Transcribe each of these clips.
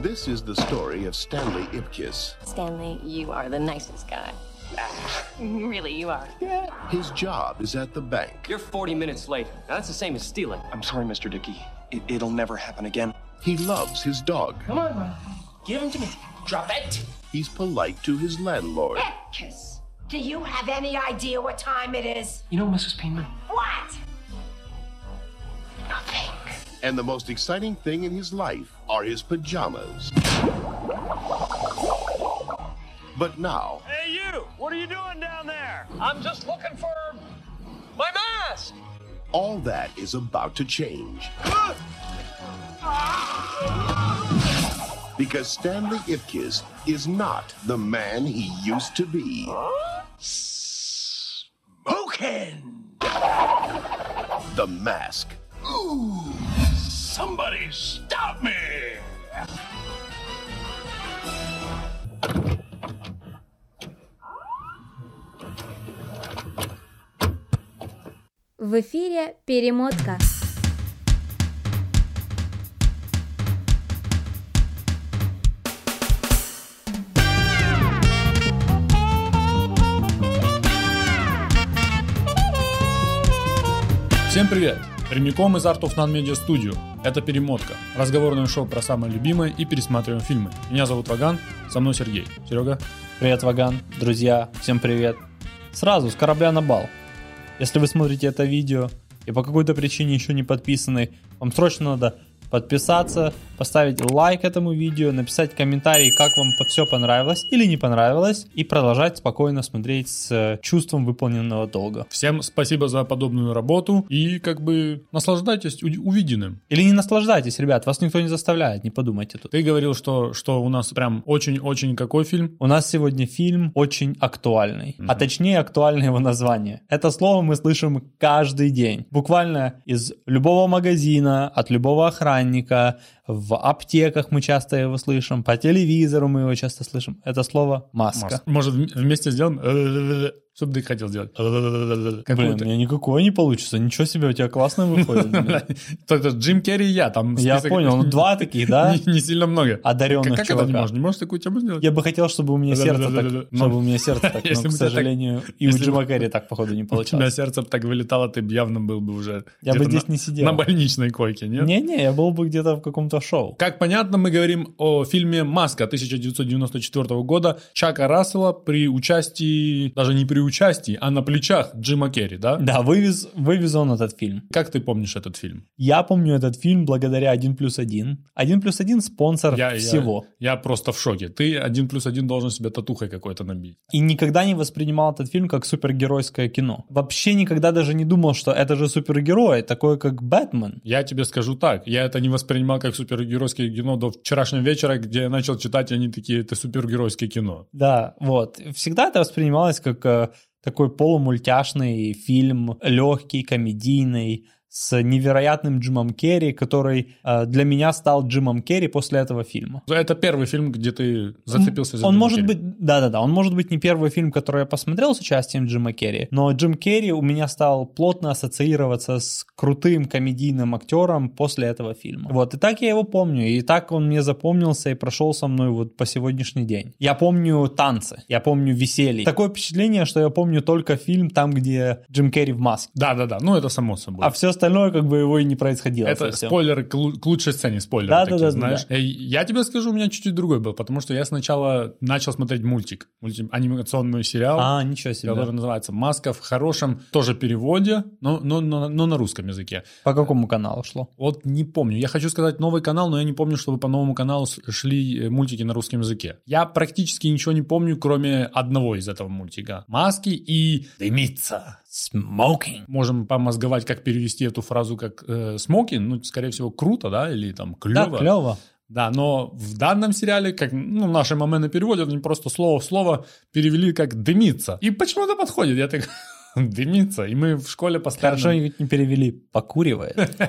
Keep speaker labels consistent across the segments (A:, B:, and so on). A: This is the story of Stanley Ipkiss.
B: Stanley, you are the nicest guy. really, you are.
A: His job is at the bank.
C: You're 40 minutes late. Now that's the same as stealing.
D: I'm sorry, Mr. Dickey. It, it'll never happen again.
A: He loves his dog.
E: Come on, Mom. Give him to me. Drop it.
A: He's polite to his landlord.
F: Epkus, do you have any idea what time it is?
D: You know, Mrs. Pinkman,
F: What? Nothing.
A: And the most exciting thing in his life are his pajamas. But now,
G: Hey, you! What are you doing down there? I'm just looking for my mask!
A: all that is about to change. Because Stanley Ipkiss is not the man he used to be.
D: Smoking!
A: The mask.
D: Somebody stop me!
H: В эфире перемотка.
I: Всем привет! Прямиком из Art of Non Media Studio. Это «Перемотка». Разговорное шоу про самые любимые и пересматриваем фильмы. Меня зовут Ваган, со мной Сергей. Серега?
J: Привет, Ваган, друзья, всем привет. Сразу с корабля на бал. Если вы смотрите это видео и по какой-то причине еще не подписаны, вам срочно надо подписаться, поставить лайк этому видео, написать комментарий, как вам все понравилось или не понравилось, и продолжать спокойно смотреть с э, чувством выполненного долга.
I: Всем спасибо за подобную работу и как бы наслаждайтесь у- увиденным.
J: Или не наслаждайтесь, ребят, вас никто не заставляет, не подумайте тут.
I: Ты говорил, что, что у нас прям очень-очень какой фильм?
J: У нас сегодня фильм очень актуальный,
I: Мгм.
J: а точнее актуальное его название. Это слово мы слышим каждый день. Буквально из любого магазина, от любого охранника, в аптеках мы часто его слышим, по телевизору мы его часто слышим. Это слово маска.
I: Маска. Может, вм- вместе сделаем? Что бы ты хотел сделать?
J: Блин, у
I: Какую-то.
J: меня никакое не получится. Ничего себе, у тебя классно выходит. блин.
I: Только Джим Керри и я там.
J: Я
I: список-
J: понял, ну два таких, да?
I: Не не сильно много.
J: Одаренных
I: Как это не
J: чувака.
I: можешь? Не можешь такую тему сделать?
J: Я бы хотел, чтобы у меня сердце так,
I: Да-да-да-да-да.
J: чтобы у меня сердце так,
I: Ну, Если бы
J: но, к
I: у тебя так-
J: сожалению, и у
I: если бы-
J: Джима Керри так, походу, не
I: У тебя
J: получалось.
I: сердце бы так вылетало, ты бы явно был бы уже
J: Я бы
I: где-то
J: здесь
I: на-
J: не сидел.
I: на больничной койке, нет?
J: Не-не, я был бы где-то в каком-то шоу.
I: Как понятно, мы говорим о фильме «Маска» 1994 года Чака Рассела при участии, даже не при участии, а на плечах Джима Керри, да?
J: Да, вывез, вывез он этот фильм.
I: Как ты помнишь этот фильм?
J: Я помню этот фильм благодаря 1 плюс 1. 1 плюс 1 спонсор всего.
I: Я, просто в шоке. Ты один плюс один должен себе татухой какой-то набить.
J: И никогда не воспринимал этот фильм как супергеройское кино. Вообще никогда даже не думал, что это же супергерой, такое как Бэтмен.
I: Я тебе скажу так, я это не воспринимал как супергеройское кино до вчерашнего вечера, где я начал читать, и они такие, это супергеройское кино.
J: Да, вот. Всегда это воспринималось как э, такой полумультяшный фильм, легкий, комедийный, с невероятным Джимом Керри, который э, для меня стал Джимом Керри после этого фильма.
I: Это первый фильм, где ты зацепился за
J: Он
I: Джима
J: может
I: Керри.
J: быть, да-да-да, он может быть не первый фильм, который я посмотрел с участием Джима Керри, но Джим Керри у меня стал плотно ассоциироваться с крутым комедийным актером после этого фильма. Вот, и так я его помню, и так он мне запомнился и прошел со мной вот по сегодняшний день. Я помню танцы, я помню веселье. Такое впечатление, что я помню только фильм там, где Джим Керри в маске.
I: Да-да-да, ну это само собой.
J: А все остальное как бы его и не происходило.
I: Это
J: совсем.
I: спойлеры к, лу- к лучшей сцене, спойлеры
J: Да,
I: такие,
J: да, да,
I: знаешь.
J: да.
I: Э, Я тебе скажу, у меня чуть-чуть другой был, потому что я сначала начал смотреть мультик, мультик анимационный сериал,
J: А, ничего себе.
I: который называется «Маска» в хорошем тоже переводе, но, но, но, но на русском языке.
J: По какому каналу шло?
I: Вот не помню. Я хочу сказать новый канал, но я не помню, чтобы по новому каналу с- шли э, мультики на русском языке. Я практически ничего не помню, кроме одного из этого мультика. «Маски» и «Дымится».
J: Smoking.
I: Можем помозговать, как перевести эту фразу как э, «смокин», ну, скорее всего, круто, да, или там
J: Да,
I: «клево».
J: клево.
I: Да, но в данном сериале, как ну, наши моменты переводят, они просто слово в слово перевели как «дымится». И почему это подходит? Я так... Дымится. И мы в школе постоянно...
J: Хорошо, они не перевели. Покуривает.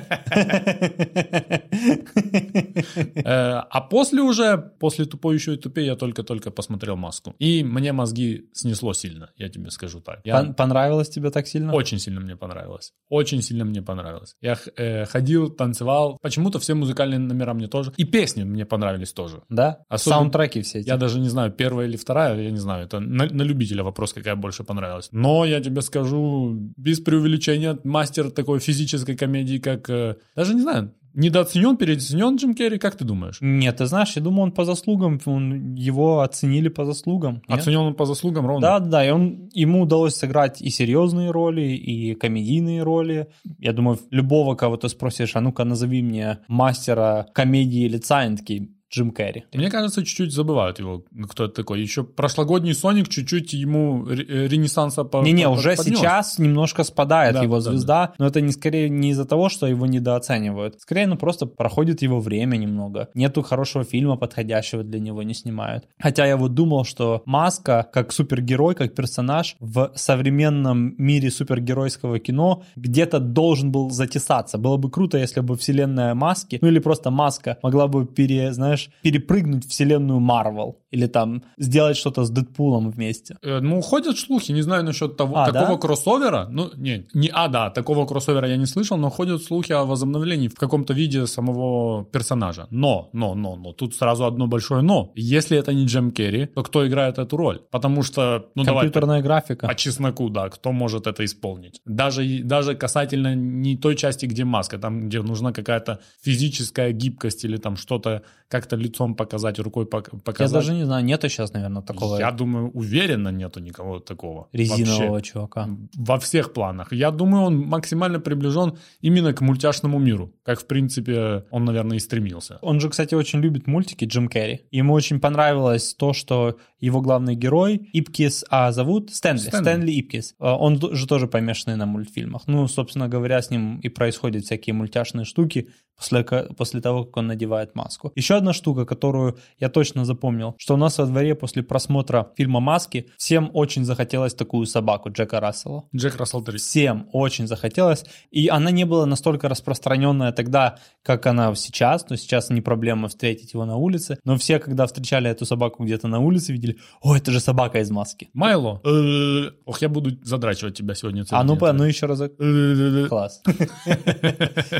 I: Э, А после уже, после «Тупой еще и тупее» я только-только посмотрел «Маску». И мне мозги снесло сильно, я тебе скажу так. Я-
J: Пон- Понравилось тебе так сильно?
I: Очень сильно мне понравилось. Очень сильно мне понравилось. Я х- э, ходил, танцевал. Почему-то все музыкальные номера мне тоже. И песни мне понравились тоже.
J: Да?
I: Особенно-
J: Саундтреки все эти.
I: Я даже не знаю, первая или вторая, я не знаю. Это на, на любителя вопрос, какая больше понравилась. Но я тебе скажу, без преувеличения, мастер такой физической комедии, как... э, даже не знаю, недооценен, переоценен Джим Керри, как ты думаешь?
J: Нет, ты знаешь, я думаю, он по заслугам, он, его оценили по заслугам. Нет?
I: Оценен он по заслугам ровно.
J: Да, да, и он, ему удалось сыграть и серьезные роли, и комедийные роли. Я думаю, любого, кого ты спросишь, а ну-ка назови мне мастера комедии лица, они такие, Джим Керри.
I: Мне кажется, чуть-чуть забывают его, кто это такой. Еще прошлогодний Соник чуть-чуть ему ре- э, ренессанса по
J: Не-не,
I: по-
J: уже
I: поднес.
J: сейчас немножко спадает
I: Да,
J: его
I: да,
J: звезда, но это не скорее не из-за того, что его недооценивают. Скорее, ну просто проходит его время немного. Нету хорошего фильма подходящего для него, не снимают. Хотя я вот думал, что Маска, как супергерой, как персонаж в современном мире супергеройского кино где-то должен был затесаться. Было бы круто, если бы вселенная Маски, ну или просто Маска могла бы, пере, знаешь, перепрыгнуть вселенную Марвел. Или там сделать что-то с Дэдпулом вместе.
I: Э, Ну, ходят слухи, не знаю насчет того,
J: А,
I: такого
J: да?
I: кроссовера. Ну, не, не а, да, такого кроссовера я не слышал, но ходят слухи о возобновлении в каком-то виде самого персонажа. Но, но, но, но, тут сразу одно большое но. Если это не Джем Керри, то кто играет эту роль? Потому что, ну, давай так,
J: Компьютерная графика.
I: по чесноку, да, кто может это исполнить. Даже, даже касательно не той части, где маска, там, где нужна какая-то физическая гибкость или там что-то как-то лицом показать, рукой пок-
J: Я
I: показать.
J: даже не знаю, нету сейчас, наверное, такого
I: Я думаю, уверенно нету никого такого.
J: резинового типа.
I: Вообще.
J: чувака.
I: Во всех планах. Я думаю, он максимально приближен именно к мультяшному миру, как, в принципе, он, наверное, и стремился.
J: Он же, кстати, очень любит мультики Джим Керри. Ему очень понравилось то, что его главный герой Ипкис, а зовут Стэнли,
I: Стэнли.
J: Стэнли, Ипкис. Э, Он д- же тоже помешанный на мультфильмах. Ну, собственно говоря, с ним и происходят всякие мультяшные штуки после, ко- после того, как он надевает маску. Еще одна штука, которую я точно запомнил, что у нас во дворе после просмотра фильма «Маски» всем очень захотелось такую собаку Джека Рассела.
I: Джек Рассел 3.
J: всем очень захотелось, и она не была настолько распространенная тогда, как она сейчас, но сейчас не проблема встретить его на улице, но все, когда встречали эту собаку где-то на улице, видели, о, это же собака из маски.
I: Майло. Э, Ох, я буду задрачивать тебя сегодня. целый
J: А ну,
I: день.
J: по- ну еще разок.
I: Э,
J: Класс.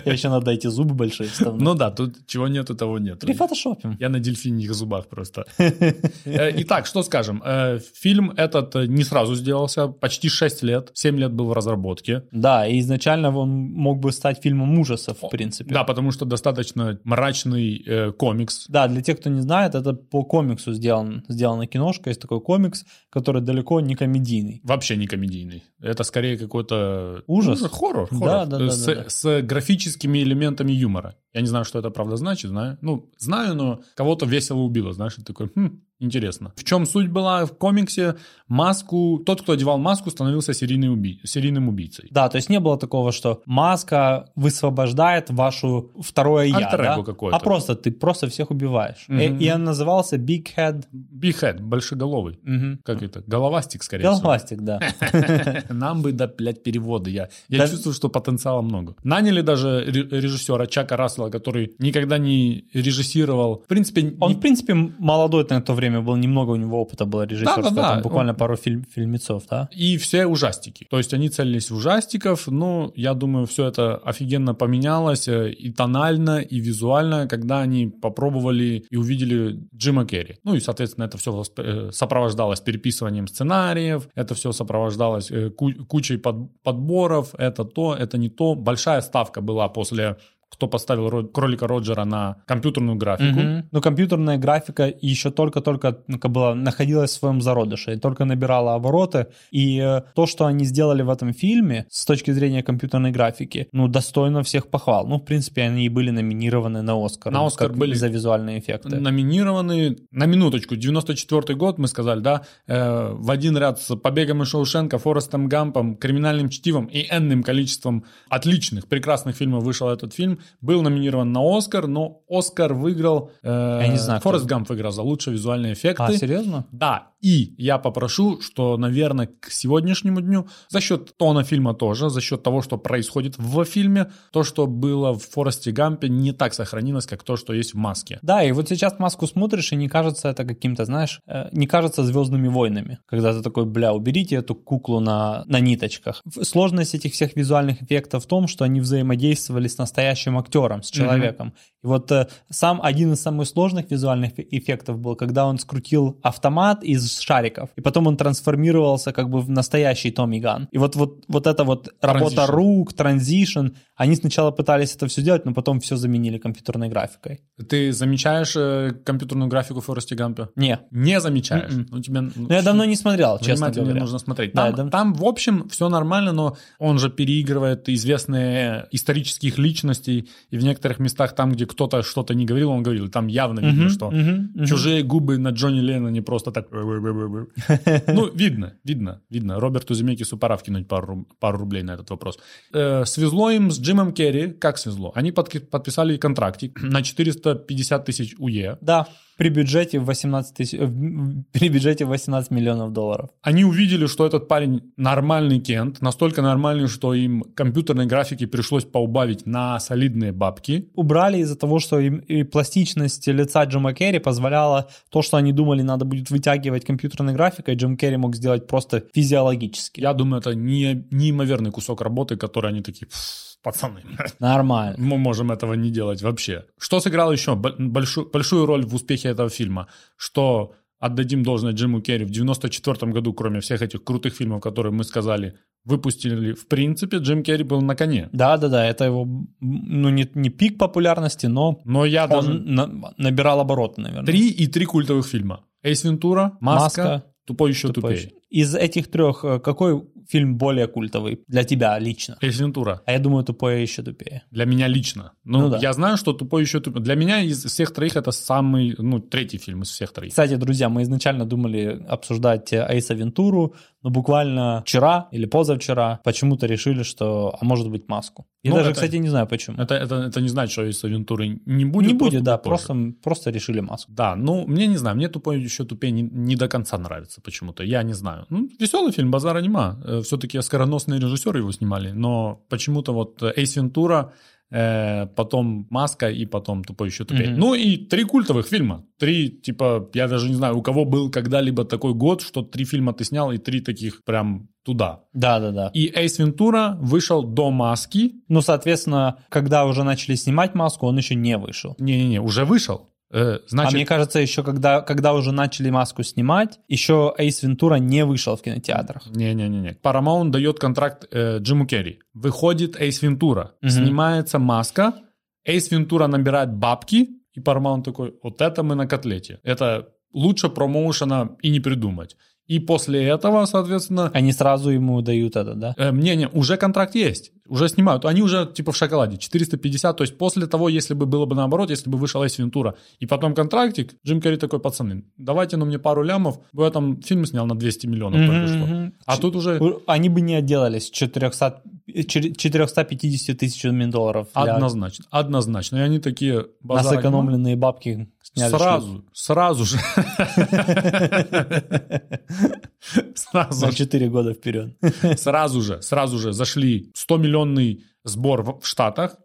J: Еще надо эти зубы большие вставные.
I: Ну да, тут чего нету, того нет.
J: Прифотошопим.
I: Я на дельфиньих зубах просто. Э, Итак, что скажем. Э, Фильм этот э, не сразу сделался. Почти 6 лет. 7 лет был в разработке.
J: Да, и изначально он мог бы стать фильмом ужасов, в принципе.
I: Да, потому что достаточно мрачный э, комикс.
J: Да, для тех, кто не знает, это по комиксу сделан, сделана киношка. Есть такой комикс, который далеко не комедийный.
I: Вообще не комедийный. Это скорее какой-то... Ну,
J: Ужас?
I: хоррор.
J: Да,
I: хоррор.
J: да,
I: То
J: да,
I: есть
J: да,
I: с,
J: да.
I: с графическими элементами юмора. Я не знаю, что это правда значит, знаю. Ну, знаю, но кого-то весело убило, знаешь, и такой, хм, интересно. В чем суть была в комиксе? Маску... Тот, кто одевал маску, становился серийный уби- серийным убийцей.
J: Да, то есть не было такого, что маска высвобождает вашу второе я,
I: Альтер-эго
J: да?
I: какое-то.
J: а просто ты просто всех убиваешь. И-
I: Мгм.
J: И, он назывался Big Head.
I: Бихед, большеголовый.
J: Мгм.
I: Как это? Головастик, скорее всего.
J: Голохвастик, да.
I: Нам бы, да, блядь, переводы. Я, я
J: Да.
I: чувствую, что потенциала много. Наняли даже ре- режиссера Чака Рассела, который никогда не режиссировал. В принципе,
J: Он,
I: не-
J: в принципе, молодой на то время был, немного у него опыта было режиссерского,
I: Да-да-да,
J: там буквально
I: он-
J: пару фильм, фильмецов, да?
I: и все ужастики. То есть они целились в ужастиков, но я думаю, все это офигенно поменялось э, и тонально, и визуально, когда они попробовали и увидели Джима Керри. Ну и, соответственно, это все восп- э, сопровождалось переписыванием сценариев, это все сопровождалось э, ку- кучей под- подборов, это то, это не то. Большая ставка была после кто поставил Ро- кролика Роджера на компьютерную графику.
J: Мгм. Но компьютерная графика еще только-только ну, как была, находилась в своем зародыше, и только набирала обороты. И э, то, что они сделали в этом фильме с точки зрения компьютерной графики, ну, достойно всех похвал. Ну, в принципе, они и были номинированы на Оскар. ну,
I: На «Оскар»
J: как
I: были.
J: За визуальные эффекты.
I: номинированы, на минуточку, 94 год, мы сказали, да, э, в один ряд с «Побегом из Шоушенка», «Форестом Гампом», «Криминальным чтивом» и энным количеством отличных, прекрасных фильмов вышел этот фильм. Был номинирован на «Оскар», но «Оскар» выиграл... э,
J: Я не знаю, кто
I: «Форест
J: это.
I: Гамп» выиграл за лучший визуальный эффект.
J: А, серьезно?
I: Да, И я попрошу, что, наверное, к сегодняшнему дню, за счет тона фильма тоже, за счет того, что происходит в фильме, то, что было в Форесте Гампе, не так сохранилось, как то, что есть в Маске.
J: Да, и вот сейчас маску смотришь, и не кажется это каким-то, знаешь, э, не кажется звездными войнами. Когда ты такой, бля, уберите эту куклу на, на ниточках. В- Сложность этих всех визуальных эффектов в том, что они взаимодействовали с настоящим актером, с человеком. И вот э, сам один из самых сложных визуальных эф- эффектов был, когда он скрутил автомат из шариков, и потом он трансформировался как бы в настоящий Томми Ган. И вот, вот, вот эта вот работа
I: Транзишн.
J: рук, транзишн, они сначала пытались это все делать, но потом все заменили компьютерной графикой.
I: Ты замечаешь э, компьютерную графику в Форесте Гампе?
J: Не,
I: Не замечаешь.
J: Мгм.
I: Ну, тебе, ну,
J: Ну, я давно не смотрел, честно
I: Внимательно
J: говоря.
I: нужно смотреть.
J: Да,
I: Там,
J: да.
I: там, в общем, все нормально, но он же переигрывает известные исторических личностей, и в некоторых местах там, где кто-то что-то не говорил, он говорил. Там явно видно,
J: Мгм,
I: ну что
J: мгм, мгм.
I: чужие губы на Джонни Лена не просто так... Ну, видно, видно, видно. Роберту Земекису пора вкинуть пару, ру- пару рублей на этот вопрос. Э, свезло им с Джимом Керри, как свезло? Они подки- подписали контрактик на 450 тысяч УЕ.
J: Да, при бюджете в 18 тысяч, э, м, при бюджете в 18 миллионов долларов.
I: Они увидели, что этот парень нормальный кент, настолько нормальный, что им компьютерной графики пришлось поубавить на солидные бабки.
J: Убрали из-за того, что им- и пластичность лица Джима Керри позволяла то, что они думали, надо будет вытягивать компьютерной графикой, Джим Керри мог сделать просто физиологически.
I: Я думаю, это не, неимоверный кусок работы, который они такие, «Пф, пацаны,
J: Нормально.
I: мы можем этого не делать вообще. Что сыграло еще бо- большую, большую роль в успехе этого фильма? Что отдадим должное Джиму Керри в 94 году, кроме всех этих крутых фильмов, которые мы сказали, выпустили, в принципе, Джим Керри был на коне.
J: Да-да-да, это его, м, ну, не, не пик популярности, но
I: Но я даже...
J: он на- набирал обороты, наверное.
I: Три и три культовых фильма. Эйс Вентура, Маска,
J: Маска,
I: Тупой еще
J: Тупой.
I: тупее.
J: Из этих трех э, какой фильм более культовый для тебя лично?
I: Эйс Вентура.
J: А я думаю, тупое еще тупее.
I: Для меня лично. Ну,
J: Ну да.
I: я знаю, что тупой еще тупее. Для меня из всех троих это самый, ну, третий фильм из всех троих.
J: Кстати, друзья, мы изначально думали обсуждать э, Эйс Вентуру, но буквально вчера или позавчера почему-то решили, что, а может быть, маску. Я
I: Ну,
J: даже,
I: это-
J: кстати, не знаю почему.
I: Это, это, это не значит, что из Авентуры не будет.
J: не будет, да,
I: попозже.
J: просто, просто решили маску.
I: Да, ну, мне не знаю, мне тупой еще тупее не, не до конца нравится почему-то, я не знаю. Ну, веселый фильм, базара нема. Э, Все-таки скороносные режиссеры его снимали, но почему-то вот э, Эйс Вентура, э, потом Маска и потом Тупой еще тупее.
J: Мгм.
I: Ну и три культовых фильма. Три, типа, я даже не знаю, у кого был когда-либо такой год, что три фильма ты снял и три таких прям туда.
J: Да, да, да.
I: И Эйс Вентура вышел до Маски.
J: Ну, соответственно, когда уже начали снимать маску, он еще не вышел.
I: Не-не-не, уже вышел. Э,
J: а
I: Значит,
J: мне кажется, еще когда, когда уже начали маску снимать, еще Эйс Вентура не вышел в кинотеатрах.
I: Не-не-не. Paramount дает контракт э, Джиму Керри. Выходит Эйс Вентура.
J: Мгм.
I: Снимается маска. Эйс Вентура набирает бабки. И Paramount такой, вот это мы на котлете. Это лучше промоушена и не придумать. И после этого, соответственно,
J: Они сразу ему дают это, да?
I: э, не-не, уже контракт есть. Уже снимают. Они уже типа в шоколаде. 450. То есть после того, если бы было бы наоборот, если бы вышел Эйс Вентура и потом контрактик, Джим Керри такой, пацаны, давайте ну мне пару лямов. В этом фильм снял на 200 миллионов. только что».
J: Мгм.
I: А тут уже...
J: У- Они бы не отделались 400, чер- 450 тысячами долларов. для-
I: Однозначно, однозначно. И они такие
J: На
I: базар.
J: сэкономленные бабки сняли
I: ну. Сразу,
J: шлюх.
I: сразу же. Сразу
J: На
I: же,
J: 4 года вперед.
I: сразу же, сразу же зашли 100-миллионный сбор в- в Штатах.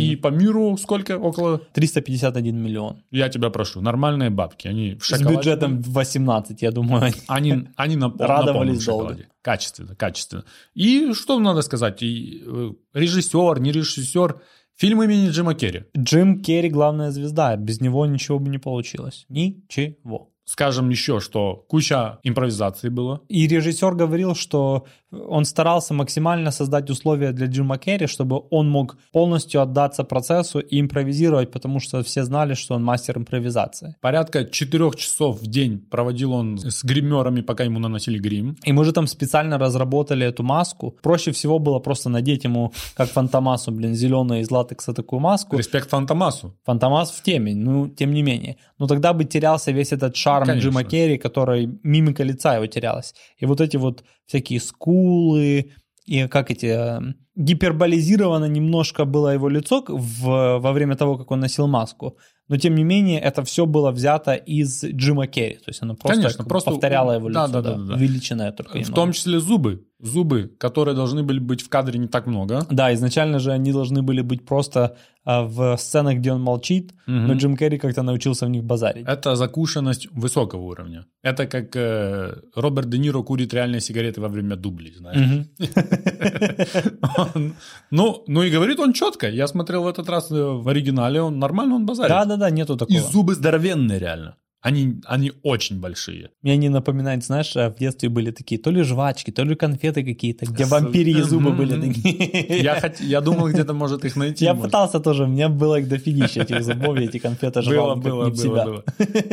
I: И по миру сколько? Около...
J: 351 миллион.
I: Я тебя прошу, нормальные бабки. Они в
J: С
I: шоколаде.
J: бюджетом в 18, я думаю.
I: Они, они на, пол- на
J: Радовались
I: полном
J: долго.
I: шоколаде. Качественно, качественно. И что надо сказать? И, э, режиссер, не режиссер. Фильм имени Джима Керри.
J: Джим Керри главная звезда. Без него ничего бы не получилось. Ничего.
I: Скажем еще, что куча импровизации было.
J: И режиссер говорил, что он старался максимально создать условия для Джима Керри, чтобы он мог полностью отдаться процессу и импровизировать, потому что все знали, что он мастер импровизации.
I: Порядка четырех часов в день проводил он с гримерами, пока ему наносили грим.
J: И мы же там специально разработали эту маску. Проще всего было просто надеть ему, как Фантомасу, блин, зеленую из латекса такую маску.
I: Респект Фантомасу.
J: Фантомас в теме, ну, тем не менее. Но тогда бы терялся весь этот шарм
I: Ну, Конечно.
J: Джима Керри, который мимика лица его терялась. И вот эти вот всякие скулы, и как эти э, гиперболизировано немножко было его лицо в, во время того, как он носил маску. Но тем не менее, это все было взято из Джима Керри. То есть оно просто,
I: Конечно,
J: как бы
I: просто-
J: повторяло его
I: да,
J: лицо.
I: да, да, да, да.
J: Увеличенное только
I: В
J: немного.
I: том числе зубы. Зубы, которые должны были быть в кадре не так много.
J: Да, изначально же они должны были быть просто а, в сценах, где он молчит, но Джим Керри как-то научился в них базарить.
I: Это закушенность высокого уровня. Это как э, Роберт Де Ниро курит реальные сигареты во время дублей, знаешь. Он- Ну, ну и говорит он четко. Я смотрел в этот раз э, в оригинале, он нормально, он базарит.
J: Да-да-да, нету такого.
I: И зубы здоровенные реально. Они, они очень большие.
J: Мне не напоминает, знаешь, а в детстве были такие то ли жвачки, то ли конфеты какие-то, где вампирьи зубы
I: Мгм.
J: были такие.
I: Я, хот- я думал, где-то может их найти.
J: Я
I: может.
J: пытался тоже, у меня было их дофигища этих зубов, я эти конфеты жрал
I: Было,
J: как
I: было,
J: не в
I: было,
J: себя.
I: было.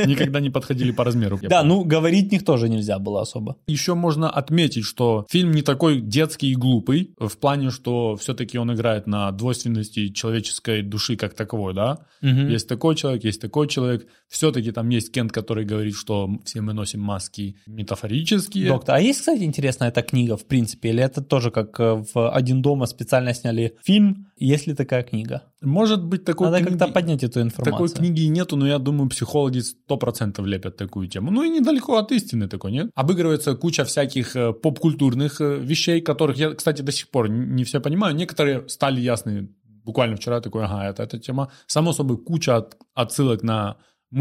I: Никогда не подходили по размеру.
J: Да, ну говорить них тоже нельзя было особо.
I: Еще можно отметить, что фильм не такой детский и глупый, в плане, что все-таки он играет на двойственности человеческой души как таковой, да? Есть такой человек, есть такой человек. Все-таки там есть Кент, который говорит, что все мы носим маски метафорические.
J: Доктор, а есть, кстати, интересная эта книга, в принципе, или это тоже как э, в «Один дома» специально сняли фильм, есть ли такая книга?
I: Может быть, такой
J: Надо
I: книги-
J: как-то поднять эту информацию.
I: Такой книги и нету, но я думаю, психологи 100% лепят такую тему. Ну и недалеко от истины такой, нет? Обыгрывается куча всяких э, поп-культурных э, вещей, которых я, кстати, до сих пор не не все понимаю. Некоторые стали ясны буквально вчера, такой, ага, это эта тема. Само собой, куча от- отсылок на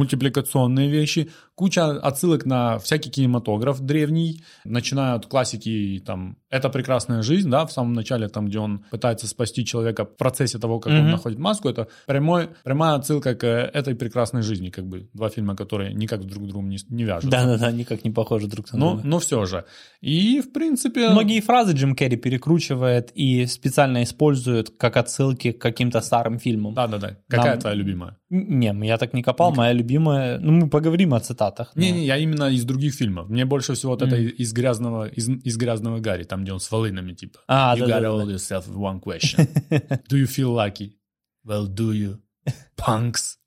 I: мультипликационные вещи, куча отсылок на всякий кинематограф древний, начиная от классики, там, «Это прекрасная жизнь», да, в самом начале, там, где он пытается спасти человека в процессе того, как он
J: Мгм.
I: находит маску, это прямой, прямая отсылка к э, «Этой прекрасной жизни», как бы, два фильма, которые никак друг к другу не, с- не вяжутся.
J: Да-да-да, никак не похожи друг на
I: Но,
J: друга.
I: но все же. И, в принципе...
J: Многие фразы Джим Керри перекручивает и специально использует как отсылки к каким-то старым фильмам.
I: Да-да-да. Какая
J: Нам-
I: твоя любимая?
J: Н- Не, я так не копал, моя любимая... Ну, мы поговорим о цитатах. но-
I: Не-не, я именно из других фильмов. Мне больше всего вот это из грязного, из, из грязного Гарри, там, где он с волынами, типа.
J: А,
I: you
J: да-да-да.
I: gotta hold yourself with one question. do you feel lucky? Well, do you? Punks.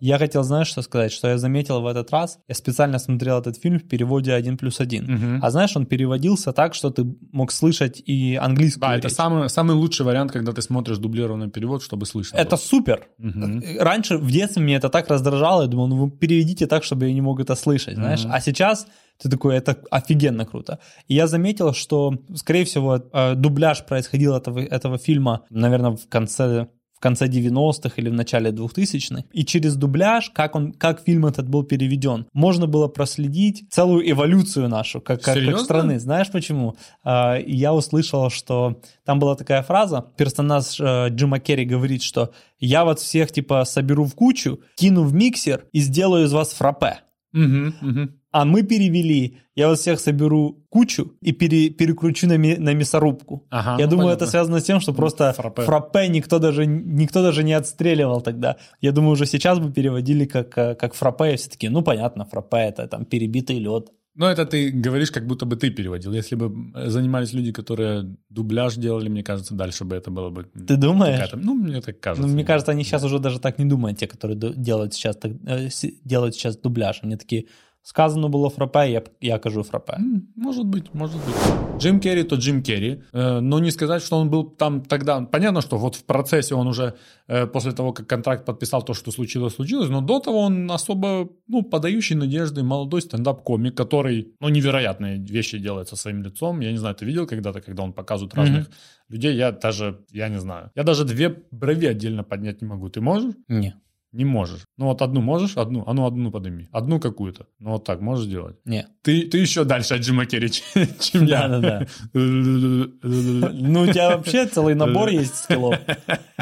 J: Я хотел, знаешь, что сказать, что я заметил в этот раз, я специально смотрел этот фильм в переводе «Один плюс один». А знаешь, он переводился так, что ты мог слышать и английскую
I: Да, это
J: речь.
I: самый, самый лучший вариант, когда ты смотришь дублированный перевод, чтобы слышно
J: Это
I: было.
J: супер. Э, Раньше в детстве меня это так раздражало, я думал, ну вы переведите так, чтобы я не мог это слышать, знаешь. А сейчас ты такой, это офигенно круто. И я заметил, что, скорее всего, э, дубляж происходил этого, этого фильма, наверное, в конце в конце 90-х или в начале 2000-х. И через дубляж, как, он, как фильм этот был переведен, можно было проследить целую эволюцию нашу, как, как, как
I: Серьезно?
J: страны. Знаешь почему? А, и Я услышал, что там была такая фраза, персонаж э, Джима Керри говорит, что я вот всех типа соберу в кучу, кину в миксер и сделаю из вас фраппе.
I: Мгм, мгм.
J: А мы перевели, я вас всех соберу в кучу и пере- перекручу на, ми- на мясорубку.
I: Ага,
J: я
I: ну,
J: думаю,
I: понятно.
J: это связано с тем, что просто
I: фраппе.
J: фраппе, никто, даже, никто даже не отстреливал тогда. Я думаю, уже сейчас бы переводили как, э, как фраппе, и все таки ну понятно, фраппе это там перебитый лед.
I: Но это ты говоришь, как будто бы ты переводил. Если бы э, занимались люди, которые дубляж делали, мне кажется, дальше бы это было бы...
J: Ты думаешь?
I: какая-то- Ну, мне так кажется.
J: Ну, мне кажется, они сейчас уже даже так не думают, те, которые ду- делают сейчас, так- э, с- делают сейчас дубляж. Они такие, сказано было фраппе, я, я кажу фраппе.
I: М, Может быть, может быть. Джим Керри то Джим Керри. Э, Но не сказать, что он был там тогда. Понятно, что вот в процессе он уже э, после того, как контракт подписал, то, что случилось, случилось. Но до того он особо, ну, подающий надежды молодой стендап-комик, который, ну, невероятные вещи делает со своим лицом. Я не знаю, ты видел когда-то, когда он показывает разных людей? Я даже, я не знаю. Я даже две брови отдельно поднять не могу. Ты можешь?
J: Не,
I: Не можешь. Ну, вот одну можешь, одну, а ну, одну подними. Одну какую-то. Ну, вот так можешь делать.
J: не.
I: Ты, ты еще дальше от Джима Керри, чем- чем я.
J: Да-да-да. Ну, у тебя вообще целый набор есть скиллов.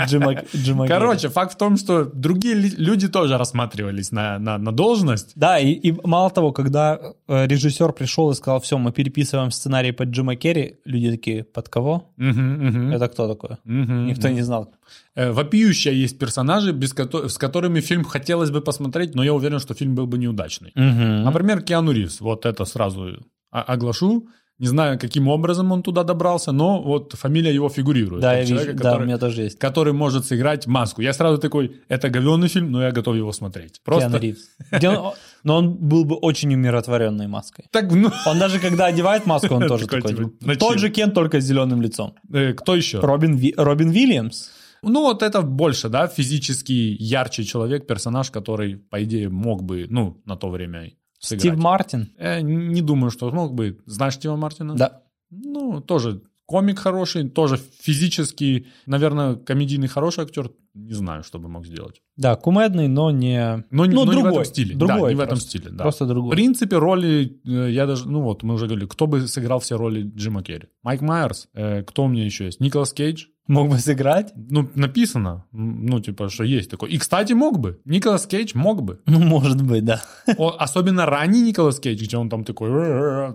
J: Джима, Джима Керри.
I: Короче, факт в том, что другие ли- люди тоже рассматривались на, на, на должность.
J: Да, и, и мало того, когда э, режиссер пришел и сказал, все, мы переписываем сценарий под Джима Керри, люди такие, под кого?
I: Мгм, мгм,
J: Это кто такой?
I: мгм.
J: Никто не знал.
I: Э, Вопиющие есть персонажи, без кото- с которыми фильм хотелось бы посмотреть, но я уверен, что фильм был бы неудачный.
J: Мгм.
I: Например, Киану Ривз. Вот это сразу о- а, оглашу. Не знаю, каким образом он туда добрался, но вот фамилия его фигурирует.
J: Да,
I: Как
J: я вижу.
I: человека,
J: Да, у
I: который-
J: меня тоже есть.
I: который может сыграть маску. Я сразу такой, это говенный фильм, но я готов его смотреть. Просто
J: Киану Ривз. Где он- Но он был бы очень умиротворенной маской.
I: так, ну,
J: Он даже когда одевает маску, он тоже
I: Такой,
J: такой.
I: типа,
J: типа,
I: «Зачем?»
J: Тот же Кен, только с зеленым лицом.
I: э, кто еще?
J: Робин Ви- Робин Вильямс.
I: Ну, вот это больше, да, физически ярче человек, персонаж, который, по идее, мог бы, ну, на то время сыграть.
J: Стив Мартин.
I: Э, не думаю, что мог бы. Знаешь Стива Мартина?
J: Да.
I: Ну, тоже комик хороший, тоже физически, наверное, комедийный хороший актер. Не знаю, что бы мог сделать.
J: Да, кумедный, но не...
I: Но, не-
J: ну,
I: но
J: другой.
I: не в этом стиле.
J: Другой
I: да, не в
J: просто.
I: этом стиле, да.
J: Просто
I: В
J: другой.
I: принципе, роли, э, я даже, ну вот, мы уже говорили, кто бы сыграл все роли Джима Керри? Майк Майерс, э, кто у меня еще есть? Николас Кейдж?
J: Мог бы сыграть?
I: Ну, написано, м, ну, типа, что есть такой. И, кстати, мог бы. Николас Кейдж мог бы.
J: Ну, может быть, да.
I: О, особенно ранний Николас Кейдж, где он там такой... «Э-э-э».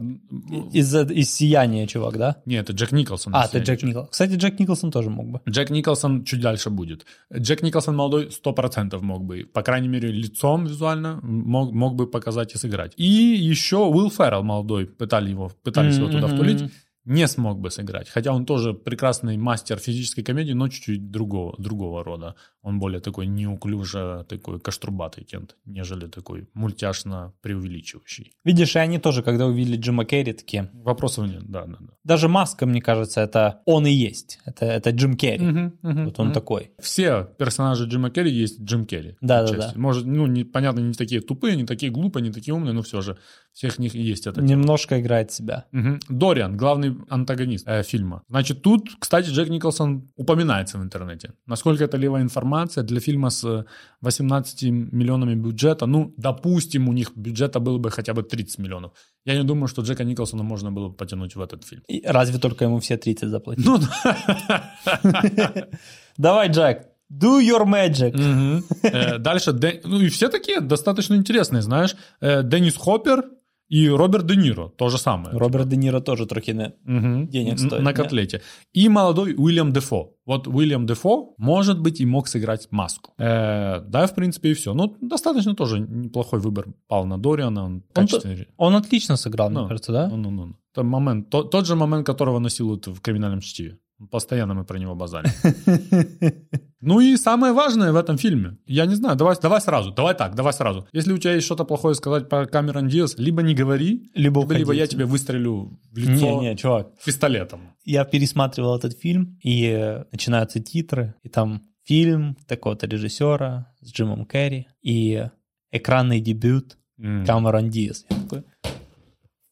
J: Из, из «Сияния» чувак, да?
I: Не, это Джек Николсон.
J: А,
I: если
J: ты
I: я не
J: Джек Николсон. Кстати, Джек Николсон тоже мог бы.
I: Джек Николсон чуть дальше будет. Джек Николсон молодой 100% мог бы, по крайней мере, лицом визуально мог, мог бы показать и сыграть. И еще Уилл Феррелл молодой, пытали его, пытались его туда
J: Мгм.
I: втулить, не смог бы сыграть. Хотя он тоже прекрасный мастер физической комедии, но чуть-чуть другого, другого рода. Он более такой неуклюже, такой каштрубатый кент, нежели такой мультяшно преувеличивающий.
J: Видишь, и они тоже, когда увидели Джима Керри, такие...
I: Вопросов нет, да, да, да.
J: Даже маска, мне кажется, это он и есть. Это, это Джим Керри. Вот он
I: Мгм.
J: такой.
I: все персонажи Джима Керри есть Джим Керри.
J: Да, да,
I: отчасти.
J: да.
I: Может, ну, не, понятно, не такие тупые, не такие глупые, не такие умные, но все же всех них есть это.
J: Немножко играет себя.
I: Мгм. Дориан, главный антагонист э, фильма. Значит, тут, кстати, Джек Николсон упоминается в интернете. Насколько это левая информация для фильма с э, 18 миллионами бюджета? Ну, допустим, у них бюджета было бы хотя бы 30 миллионов. Я не думаю, что Джека Николсона можно было бы потянуть в этот фильм.
J: И разве только ему все 30 заплатили?
I: Ну,
J: Давай, Джек, do your magic.
I: Мгм. Э, Дальше, Дэ- ну и все такие достаточно интересные, знаешь. Э, Деннис Хоппер и Роберт Де Ниро, то же самое.
J: Роберт Де Ниро тоже трохи не...
I: Мгм.
J: денег
I: Н-
J: стоит,
I: На
J: да.
I: котлете. И молодой Уильям Дефо. Вот Уильям Дефо, может быть, и мог сыграть маску. Э, Да, в принципе, и все. Ну, достаточно тоже неплохой выбор пал на Дориана. Он качественный.
J: Он отлично сыграл,
I: Ну,
J: мне кажется, да?
I: Ну-ну-ну. Это момент, то- тот же момент, которого насилуют в криминальном чтиве. Постоянно мы про него базали. Ну и самое важное в этом фильме. Я не знаю, давай, давай сразу, давай так, давай сразу. Если у тебя есть что-то плохое сказать про Камерон Диас, либо не говори,
J: Либо
I: либо, либо
J: уходите.
I: я тебе выстрелю в лицо
J: Не, не, чувак.
I: пистолетом.
J: Я пересматривал этот фильм, и э, начинаются титры, и там фильм такого-то режиссера с Джимом Керри, и экранный дебют
I: М.
J: Камерон Диас. Я такой,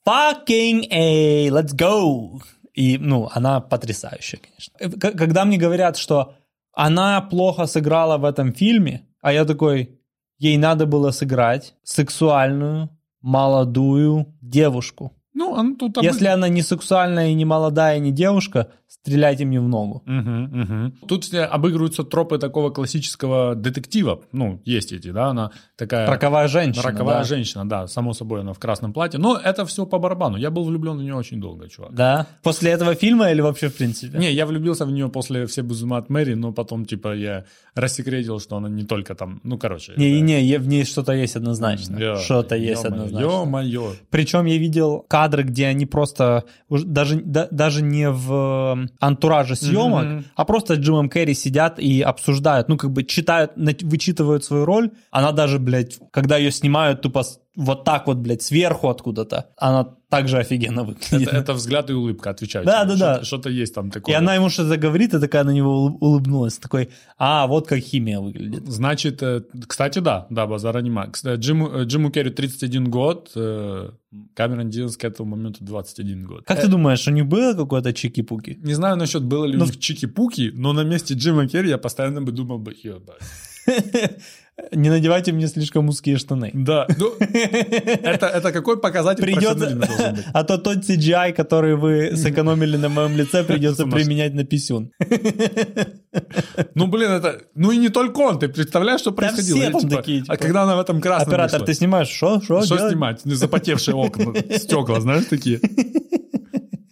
J: fucking A, let's go! И, ну, она потрясающая, конечно. Э, к- Когда мне говорят, что она плохо сыграла в этом фильме, а я такой, ей надо было сыграть сексуальную, молодую девушку.
I: Ну, он тут... обы-
J: Если она не сексуальная и не молодая, и не девушка, стреляйте мне в ногу.
I: Мгм, мгм. Тут все обыгрываются тропы такого классического детектива. Ну, есть эти, да, она такая...
J: Роковая женщина.
I: Э, Роковая
J: да.
I: женщина, да, само собой, она в красном платье. Но это все по барабану. Я был влюблен в нее очень долго, чувак.
J: Да. После этого фильма или вообще в принципе?
I: Не, я влюбился в нее после «Все без ума от Мэри», но потом, типа, я рассекретил, что она не только там... Ну, короче.
J: Не, не, е- в ней что-то есть однозначно. что-то есть однозначно.
I: Ё-моё.
J: Причем я видел кадры, где они просто уж даже, да- даже не в э, антураже съемок,
I: Мгм.
J: а просто с Джимом Керри сидят и обсуждают, ну как бы читают, на- вычитывают свою роль. Она даже, блядь, когда ее снимают тупо с- вот так вот, блядь, сверху откуда-то, она также офигенно выглядит.
I: Это, это взгляд и улыбка, отвечаю.
J: Да,
I: тебе.
J: да, да.
I: Что-то- Что-то есть там
J: И
I: такое.
J: она ему что-то говорит, и такая на него улы- улыбнулась. Такой, а, вот как химия выглядит.
I: Значит, э, кстати, да, да, базара нема. Кстати, Джиму, э, Джиму Керри 31 год, э, Камерон Диас к этому моменту 21 год.
J: Как ты думаешь, у них было какое-то чики-пуки?
I: Не знаю насчет было ли
J: Ну,
I: у них чики-пуки, но на месте Джима Керри я постоянно бы думал бы, «Ебать».
J: Не надевайте мне слишком узкие штаны.
I: Да, ну, это, это какой показатель профессионализма должен
J: Придется,
I: быть?
J: а то тот CGI, который вы сэкономили на моем лице, придется
I: С ума сошел.
J: применять на писюн.
I: Ну, блин, это... Ну и не только он, ты представляешь, что происходило?
J: все
I: Я,
J: там
I: типа,
J: такие, типа,
I: А когда она в этом красном
J: Оператор,
I: вышла?
J: ты снимаешь, что? Что
I: Что
J: делать?
I: снимать? Ну, Запотевшие окна, стекла, знаешь, такие.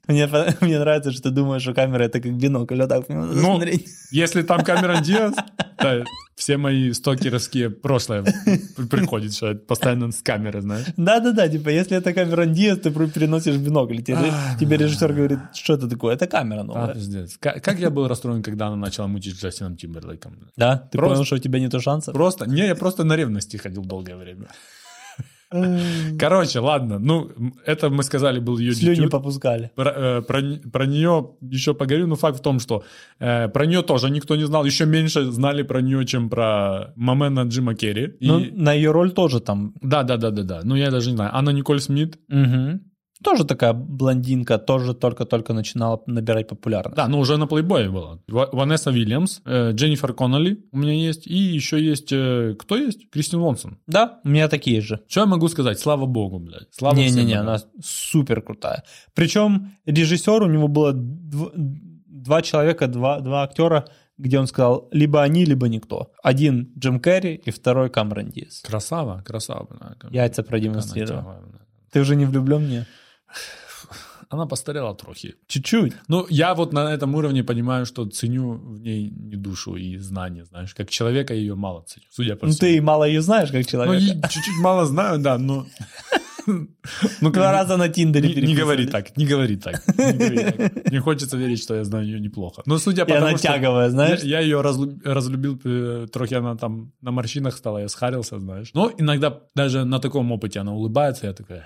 J: Мне, по- мне нравится, что ты думаешь, что камера это как бинокль, вот так, ну, надо
I: Ну,
J: смотреть.
I: Если там Камерон Диас, да, все мои стокеровские прошлое приходит, что я постоянно с камеры, знаешь.
J: Да-да-да, типа, если это Камерон Диас, ты пр- переносишь бинокль. Тебе, тебе режиссер говорит, что это такое? Это камера
I: А,
J: новая.
I: пиздец. Ка- Как я был расстроен, когда она начала мутить с Джастином Тимберлейком.
J: Да? Ты
I: Просто-
J: понял, что у тебя нету шансов?
I: Просто, не, я просто на ревности ходил долгое время. Короче, ладно, ну, м, это мы сказали, был ее
J: Слюни
I: дебют.
J: попускали.
I: Про, э, про, н- про нее еще поговорю, но Ну, факт в том, что э, про нее тоже никто не знал, еще меньше знали про нее, чем про Мамена Джима Керри. И-
J: Ну, на ее роль тоже там.
I: Да, да, да, да, да. Ну, я даже не знаю. Анна Николь Смит.
J: Мгм. Тоже такая блондинка, тоже только-только начинала набирать популярность.
I: Да, ну уже на плейбое была. Ва- Ванесса Вильямс, э, Дженнифер Коннелли у меня есть. И еще есть... э, кто есть? Кристин Лонсон.
J: Да, у меня такие же.
I: Что я могу сказать? Слава богу, блядь. Слава всем
J: Не-не-не,
I: богам.
J: она супер крутая. Причем режиссер, у него было дв- два человека, два, два актера, где он сказал, либо они, либо никто. Один Джим Керри и второй Камерон Диас.
I: Красава, красава. бля, как-
J: Яйца
I: как
J: продемонстрировал.
I: она тягла, бля.
J: Ты уже не влюблен мне?
I: Она постарела трохи.
J: Чуть-чуть.
I: Ну, я вот на этом уровне понимаю, что ценю в ней не душу и знания, знаешь. Как человека ее мало ценю, судя по
J: Ну,
I: всему.
J: ты и мало ее знаешь, как
I: Ну,
J: человек.
I: и чуть-чуть мало знаю, да, но... Ну,
J: Два раза на Тиндере
I: Не, не
J: переписывались.
I: говори так, не говори так. Не говори так. Мне хочется верить, что я знаю ее неплохо. Но судя
J: И
I: по
J: она
I: тому, что
J: тяговая,
I: я,
J: знаешь?
I: я ее разлю- разлюбил, э, трохи она там на морщинах стала, я схарился, знаешь. Но иногда даже на таком опыте она улыбается, я такая,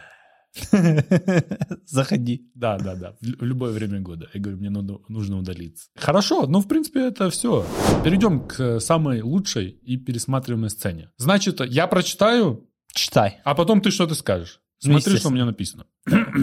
J: Заходи.
I: да, да, да, в лю- в любое время года. Я говорю, мне надо- нужно удалиться. Хорошо, ну, в принципе, это все. Перейдем к э, самой лучшей и пересматриваемой сцене. Значит, я прочитаю,
J: Читай.
I: А потом ты что-то скажешь.
J: Ну,
I: Смотри, что у
J: естественно.
I: меня написано.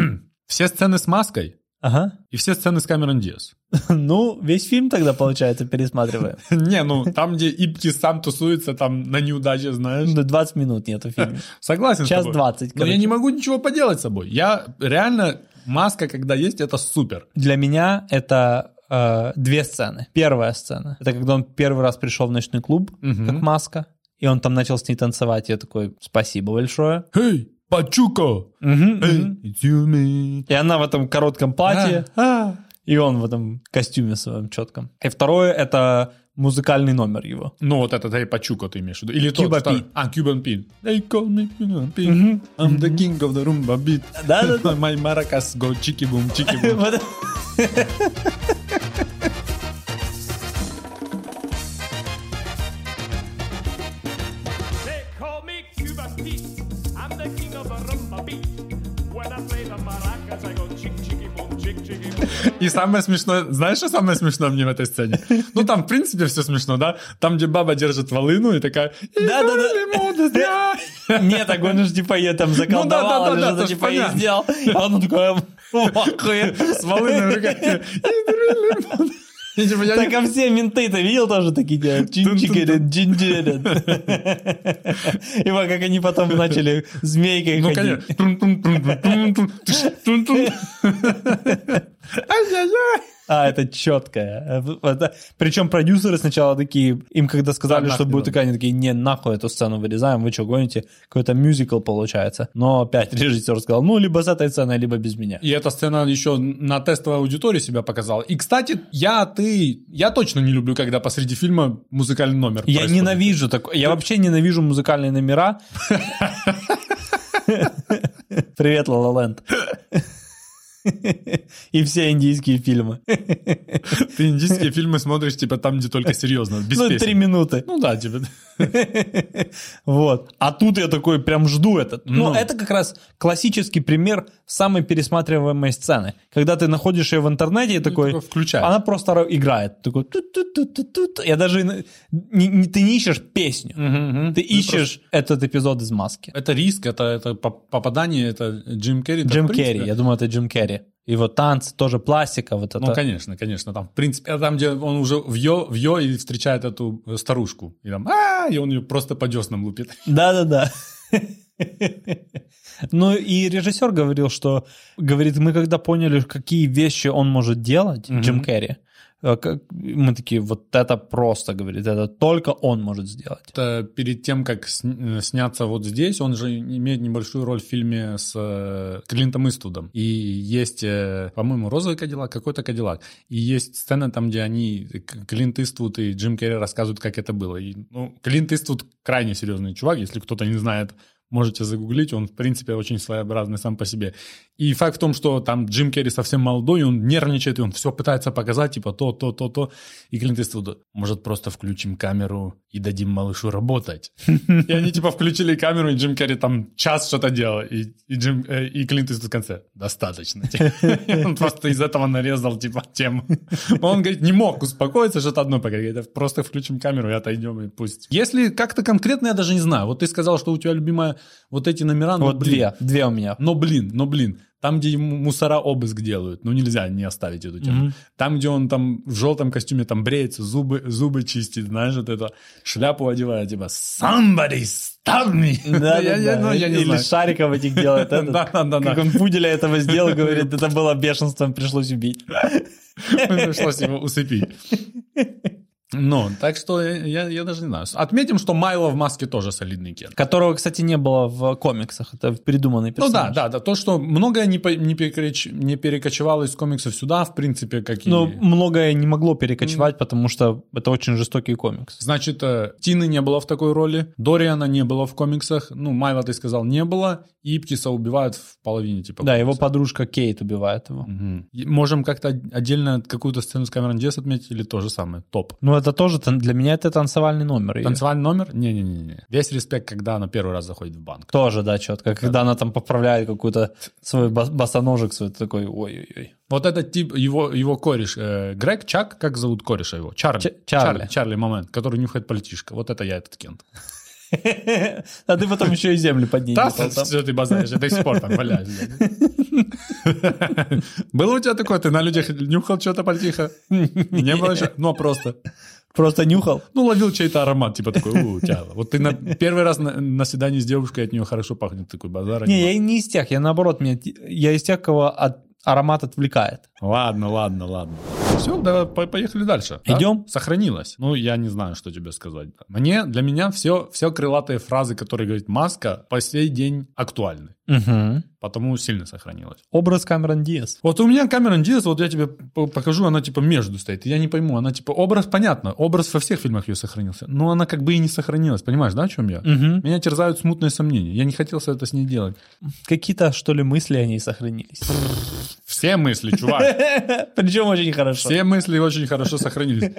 I: Все сцены с маской
J: Ага.
I: и все сцены с Камерон Диас.
J: Ну, весь фильм тогда, получается, пересматриваем.
I: Не, ну там, где Ипки сам тусуется, там на неудаче, знаешь.
J: Ну, 20 минут нету фильма.
I: Согласен с
J: Час
I: тобой.
J: 20,
I: Но я
J: короче.
I: не могу ничего поделать с собой. Я реально, маска, когда есть, это супер.
J: Для меня это э, две сцены. Первая сцена это когда он первый раз пришел в ночной клуб,
I: Мгм.
J: как маска, и он там начал с ней танцевать. Я такой, спасибо большое.
I: Эй, Пачуко!
J: Мгм,
I: Эй,
J: мгм.
I: it's you, me.
J: И она в этом коротком платье,
I: А, а.
J: и он в этом костюме своем четком. И второе это музыкальный номер его.
I: Ну вот этот Эй, Пачуко ты имеешь в виду. Или тот
J: Cuban
I: старый.
J: Pin.
I: А, Cuban Pin. They call me Cuban Pin. I'm the king of the rumba beat.
J: Да-да-да.
I: My maracas go чики-бум, чики-бум.
J: Вот.
G: They call me Cuba Pete. I'm the king of a rumba beat. When I play the maracas, I go chick chicky boom, chick chicky boom.
I: И самое смешное, знаешь, что самое смешное мне в этой сцене? Ну, там, в принципе, все смешно, да? Там, где баба держит волыну и такая... «И
J: Да-да-да.
I: были мы, друзья».
J: Нет, так он же типа ее
I: Ну
J: там
I: да-да-да-да,
J: заколдовал, или
I: это
J: что-то
I: ж
J: типа ей
I: понятно.
J: сделал. И он такой, в ахуе.
I: С волыной в руках. «И были мы». И типа, я
J: Так
I: не-
J: а все менты, ты видел тоже такие делают? Чинчикерин, джинджерин. И вот как они потом начали змейкой
I: Ну,
J: ходить.
I: конечно. Тун-тун-тун-тун-тун-тун, тыш, тун-тун. Ай-яй-яй.
J: А, это четкое. Причем продюсеры сначала такие, им когда сказали,
I: Да,
J: что
I: нахрен
J: будет
I: он.
J: такая, они такие, не, нахуй эту сцену вырезаем, вы что, гоните? Какой-то мюзикл получается. Но опять режиссер сказал, ну, либо с этой сценой, либо без меня.
I: И эта сцена еще на тестовой аудитории себя показала. И, кстати, я, ты, я точно не люблю, когда посреди фильма музыкальный номер
J: Я
I: происходит.
J: ненавижу такое. Я вообще ненавижу музыкальные номера. Привет, Лалаленд. И все индийские фильмы.
I: Ты индийские фильмы смотришь, типа, там, где только серьезно, без
J: Ну,
I: песен.
J: три минуты.
I: Ну да, типа.
J: Вот. А тут я такой прям жду этот. Ну,
I: Ну.
J: это как раз классический пример самой пересматриваемой сцены. Когда ты находишь ее в интернете и такой...
I: такой Ну, включаешь.
J: Она просто ра- играет. Такой... тут-тут-тут-тут-тут. Я даже... и на- не- не- Ты не ищешь песню. Ты
I: Ну,
J: ищешь этот эпизод из «Маски».
I: Это риск, это, это поп- попадание, это Джим Керри. да,
J: Джим
I: в принципе.
J: Керри, я думаю, это Джим Керри. Его танцы, тоже пластика, вот это.
I: Ну, конечно, конечно. Там, в принципе, а там, где он уже вьё, вьё и встречает эту э, старушку. И там, а и он ее просто по деснам лупит.
J: Да-да-да. Ну и режиссер говорил, что говорит, мы когда поняли, какие вещи он может делать, Джим Керри, Э, как- Мы такие, вот это просто, говорит, это только он может сделать.
I: Это перед тем, как сня- э, сняться вот здесь, он же имеет небольшую роль в фильме с э, Клинтом Иствудом. И есть, э, по-моему, розовый кадиллак, какой-то кадиллак. И есть сцена там, где они, К- Клинт Иствуд и Джим Керри рассказывают, как это было. И, ну, Клинт Иствуд крайне серьезный чувак, если кто-то не знает, можете загуглить, он, в принципе, очень своеобразный сам по себе. И факт в том, что там Джим Керри совсем молодой, и он нервничает, и он все пытается показать, типа то, то, то, то. И Клинт Иствуд, может, просто включим камеру и дадим малышу работать. И они, типа, включили камеру, и Джим Керри там час что-то делал, и, и, Джим, э, и Клинт Иствуд в конце, достаточно. И Он просто из этого нарезал, типа, тему. Он, говорит, не мог успокоиться, что-то одно поговорить. Говорит, Просто включим камеру и отойдем, и пусть. Если как-то конкретно, я даже не знаю. Вот ты сказал, что у тебя любимая вот эти номера. ну,
J: Вот
I: блин.
J: две, две у меня.
I: Но блин, но блин, там, где ему мусора обыск делают, ну нельзя не оставить эту тему. Там, где он там в желтом костюме там бреется, зубы, зубы чистит, знаешь, вот это, шляпу одевает, типа «Somebody stab me!»
J: Да,
I: Я-
J: да,
I: я-
J: да.
I: ну, я не
J: Или
I: знаю.
J: шариков этих делает. этот.
I: Да, да, да,
J: Как
I: да.
J: он пуделя этого сделал, говорит, это было бешенством, пришлось убить.
I: Пришлось его усыпить. Ну, так что я, я даже не знаю. Отметим, что Майло в маске тоже солидный кент.
J: Которого, кстати, не было в комиксах. Это придуманный
I: Ну
J: персонаж.
I: да, да, да. То, что многое не, по- не, перекреч- не перекочевало из комиксов сюда, в принципе, как и...
J: Но многое не могло перекочевать, потому что это очень жестокий комикс.
I: Значит, э, Тины не было в такой роли, Дориана не было в комиксах, ну, Майла, ты сказал, не было, и Иптиса убивают в половине, типа.
J: Да, его
I: комиксов.
J: подружка Кейт убивает его.
I: Мгм. И Можем как-то отдельно какую-то сцену с Камерон Диас отметить или то же самое? Топ.
J: Ну, это тоже, тан- для меня это танцевальный номер. её.
I: Танцевальный номер? Не-не-не. Весь респект, когда она первый раз заходит в банк.
J: Тоже, да, четко. Когда она там поправляет какую-то свой бас- босоножек свой, ты такой, ой-ой-ой.
I: Вот этот тип, его, его кореш, э, Грег Чак, как зовут кореша его? Чарли.
J: Ч- Чарли.
I: Чарли. Чарли момент, который нюхает пальтишко. Вот это я этот кент.
J: А ты потом еще и землю под ней
I: Да,
J: нюхал там.
I: что ты базаришь, я до сих пор там валяюсь. блядь. Было у тебя такое, ты на людях нюхал что-то потихо? Не было еще? Ну, а просто.
J: Просто нюхал.
I: Ну, ловил чей-то аромат, типа такой, у, тяло. Вот ты на- первый раз на, на свидании с девушкой от нее хорошо пахнет, такой базар.
J: Не, я не из тех, я наоборот, меня, я из тех, кого от- аромат отвлекает.
I: Ладно, ладно, ладно. Все, да, по- поехали дальше. да?
J: Идем?
I: Сохранилось. Ну, я не знаю, что тебе сказать. Мне, для меня все, все крылатые фразы, которые говорит Маска, по сей день актуальны. Потому сильно сохранилось.
J: Образ Камерон Диас.
I: Вот у меня Камерон Диас, вот я тебе по- покажу, она типа между стоит. Я не пойму, она типа образ, понятно, образ во всех фильмах ее сохранился. Но она как бы и не сохранилась, понимаешь, да, о чем я?
J: Мгм.
I: Меня терзают смутные сомнения. Я не хотел это с ней делать.
J: Какие-то, что ли, мысли о ней сохранились.
I: Все мысли, чувак.
J: Причем очень хорошо.
I: Все мысли очень хорошо сохранились.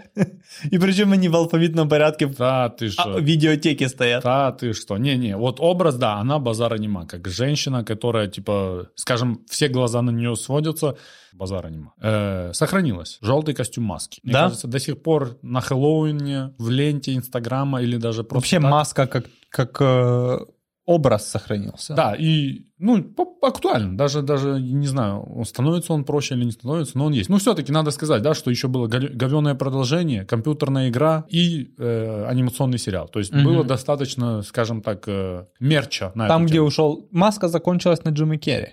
J: И причем они в алфавитном порядке в
I: Да, ты
J: а,
I: что?
J: в видеотеке стоят.
I: Да, «А ты что? Не-не, вот образ, да, она базара нема. Как женщина, которая, типа, скажем, все глаза на нее сводятся, базара нема. Э, сохранилась. Желтый костюм маски. Мне
J: Да?
I: кажется, до сих пор на Хэллоуине, в ленте Инстаграма или даже просто
J: Вообще
I: так.
J: маска как, как э, образ сохранился.
I: Да, и, ну, по- актуально. Даже, даже, не знаю, он становится он проще или не становится, но он есть. Ну, все-таки надо сказать, да, что еще было гове- говеное продолжение, компьютерная игра и э, анимационный сериал. То есть
J: Мгм.
I: было достаточно, скажем так, э, мерча на
J: Там,
I: эту
J: где
I: тему.
J: ушел... Маска закончилась на Джиме Керри.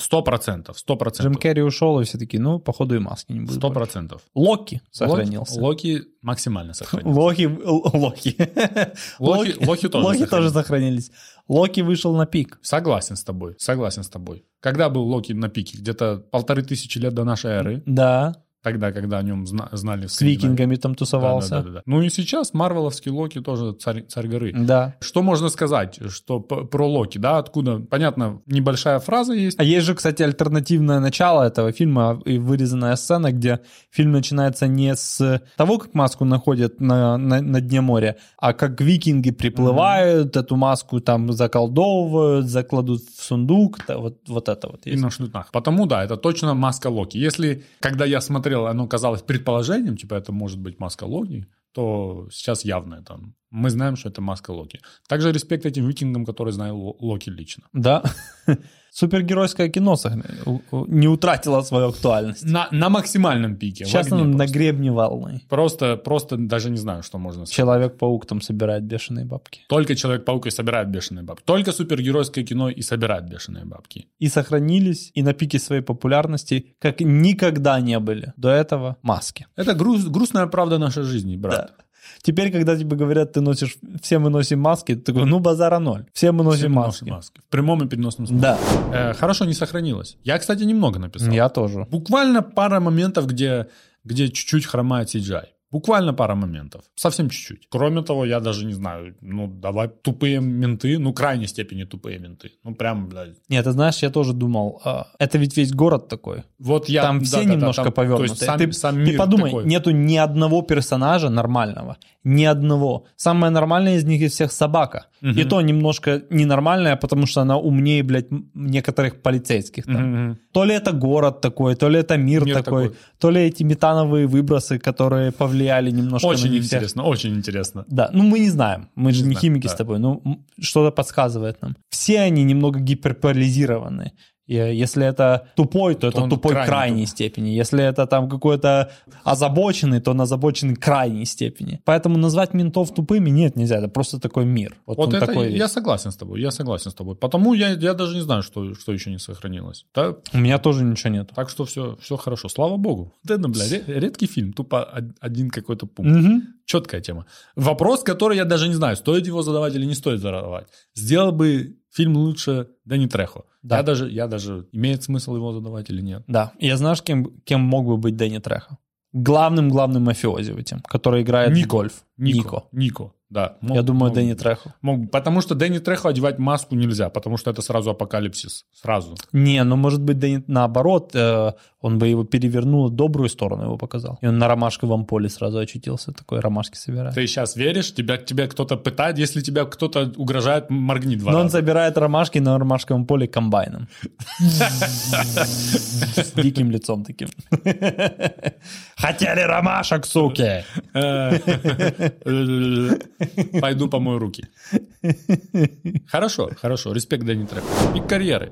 I: Сто процентов, сто
J: Джим
I: процентов.
J: Керри ушел, и все таки ну, походу и маски не будет.
I: Сто
J: больше.
I: процентов.
J: Локи
I: Локи-
J: сохранился.
I: Локи максимально сохранился.
J: Лохи, л- лохи.
I: Локи- Лохи тоже
J: Лохи
I: сохранились.
J: тоже сохранились. Локи вышел на пик.
I: Согласен с тобой, согласен с тобой. Когда был Локи на пике? Где-то полторы тысячи лет до нашей эры,
J: Да,
I: тогда, когда о нем зна- знали в
J: с викингами там
I: Да, да,
J: тусовался.
I: да, да. Ну и сейчас Марвеловский Локи тоже царь, царь горы.
J: Да.
I: Что можно сказать, что п- про Локи, да, откуда? Понятно, небольшая фраза есть.
J: А есть же, кстати, альтернативное начало этого фильма и вырезанная сцена, где фильм начинается не с того, как маску находят на, на, на дне моря, а как викинги приплывают, эту маску там заколдовывают, закладут в сундук. Да, вот, вот это вот
I: И
J: есть.
I: на шлютнах. Потому да, это точно маска Локи. Если, когда я смотрел, оно казалось предположением, типа это может быть маска Локи, то сейчас явно это. Мы знаем, что это маска Локи. Также респект этим викингам, которые знают Ло- Локи лично.
J: Да. Супергеройское кино сохра- у- у- не утратило свою актуальность.
I: На, на максимальном пике. в
J: Сейчас
I: огне
J: оно на
I: просто.
J: гребне волны.
I: Просто, просто даже не знаю, что можно сказать.
J: Человек-паук там собирает бешеные бабки.
I: Только Человек-паук и собирает бешеные бабки. Только супергеройское кино и собирает бешеные бабки.
J: И сохранились, и на пике своей популярности, как никогда не были до этого, маски.
I: Это груз- грустная правда нашей жизни, брат.
J: Да. Теперь, когда тебе говорят, ты носишь, все мы носим маски, ты такой, ну базара ноль. Все мы носим
I: Все
J: маски.
I: носят маски. В прямом и переносном смысле.
J: Да,
I: Э, хорошо, не сохранилось. Я, кстати, немного написал.
J: я тоже.
I: Буквально пара моментов, где, где чуть-чуть хромает CGI. Буквально пара моментов. Совсем чуть-чуть. Кроме того, я даже не знаю, ну, давай тупые менты, ну, крайней степени тупые менты. Ну, прям, блядь.
J: Нет, ты знаешь, я тоже думал, а, это ведь весь город такой.
I: Вот я...
J: там
I: да,
J: все
I: да, да,
J: немножко
I: там-
J: повернуты.
I: То есть сам,
J: ты,
I: сам
J: ты
I: мир
J: подумай,
I: такой.
J: нету ни одного персонажа нормального. Ни одного. Самая нормальная из них из всех собака.
I: Мгм.
J: И то немножко ненормальная, потому что она умнее, блядь, м- некоторых полицейских. там.
I: Мгм, мгм.
J: То ли это город такой, то ли это мир,
I: Мир
J: такой,
I: такой.
J: то ли эти метановые выбросы, которые повлияли немножко
I: Очень
J: на них всех.
I: интересно, очень интересно.
J: Да, ну мы не знаем, мы же не,
I: знаем,
J: химики
I: да.
J: с тобой, но м, что-то подсказывает нам. Все они немного гиперполизированы. И, э, Если это тупой, то, это
I: он
J: тупой
I: крайне
J: крайней
I: туп.
J: степени. Если это там какой-то озабоченный, то он озабоченный крайней степени. Поэтому назвать ментов тупыми нет, нельзя. Это просто такой мир. Вот,
I: Вот
J: он
I: это
J: такой
I: я
J: весь.
I: согласен с тобой, я согласен с тобой. Потому я, я даже не знаю, что, что еще не сохранилось. Да,
J: У меня тоже ничего нет.
I: так что все, все хорошо. Слава богу. Да, ну, бля, ре- редкий фильм, тупо од- один какой-то пункт. Четкая тема. Вопрос, который я даже не знаю, стоит его задавать или не стоит задавать. Сделал бы фильм лучше Дэнни Трехо.
J: Да.
I: Я, даже, я даже... Имеет смысл его задавать или нет?
J: Да. Я знаешь, кем, кем мог бы быть Дэнни Треха? Главным-главным мафиози в этом, который играет в
I: Нико.
J: гольф. Нико.
I: Нико, да. Мог-
J: Я думаю,
I: мог-
J: Дэнни Трехо.
I: мог- потому что Дэнни Трехо одевать маску нельзя, потому что это сразу апокалипсис. Сразу.
J: Не, ну может быть, да и наоборот, э, он бы его перевернул, добрую сторону его показал. И он на ромашковом поле сразу очутился, такой ромашки собирает.
I: Ты сейчас веришь, тебя, тебя кто-то пытает, если тебя кто-то угрожает, моргни два
J: Но он
I: раза.
J: собирает ромашки на ромашковом поле комбайном. С диким лицом таким. Хотели ромашек, суки!
I: Э, Пойду помою руки. Хорошо, хорошо. Респект Дэнни Трехо. Пик карьеры.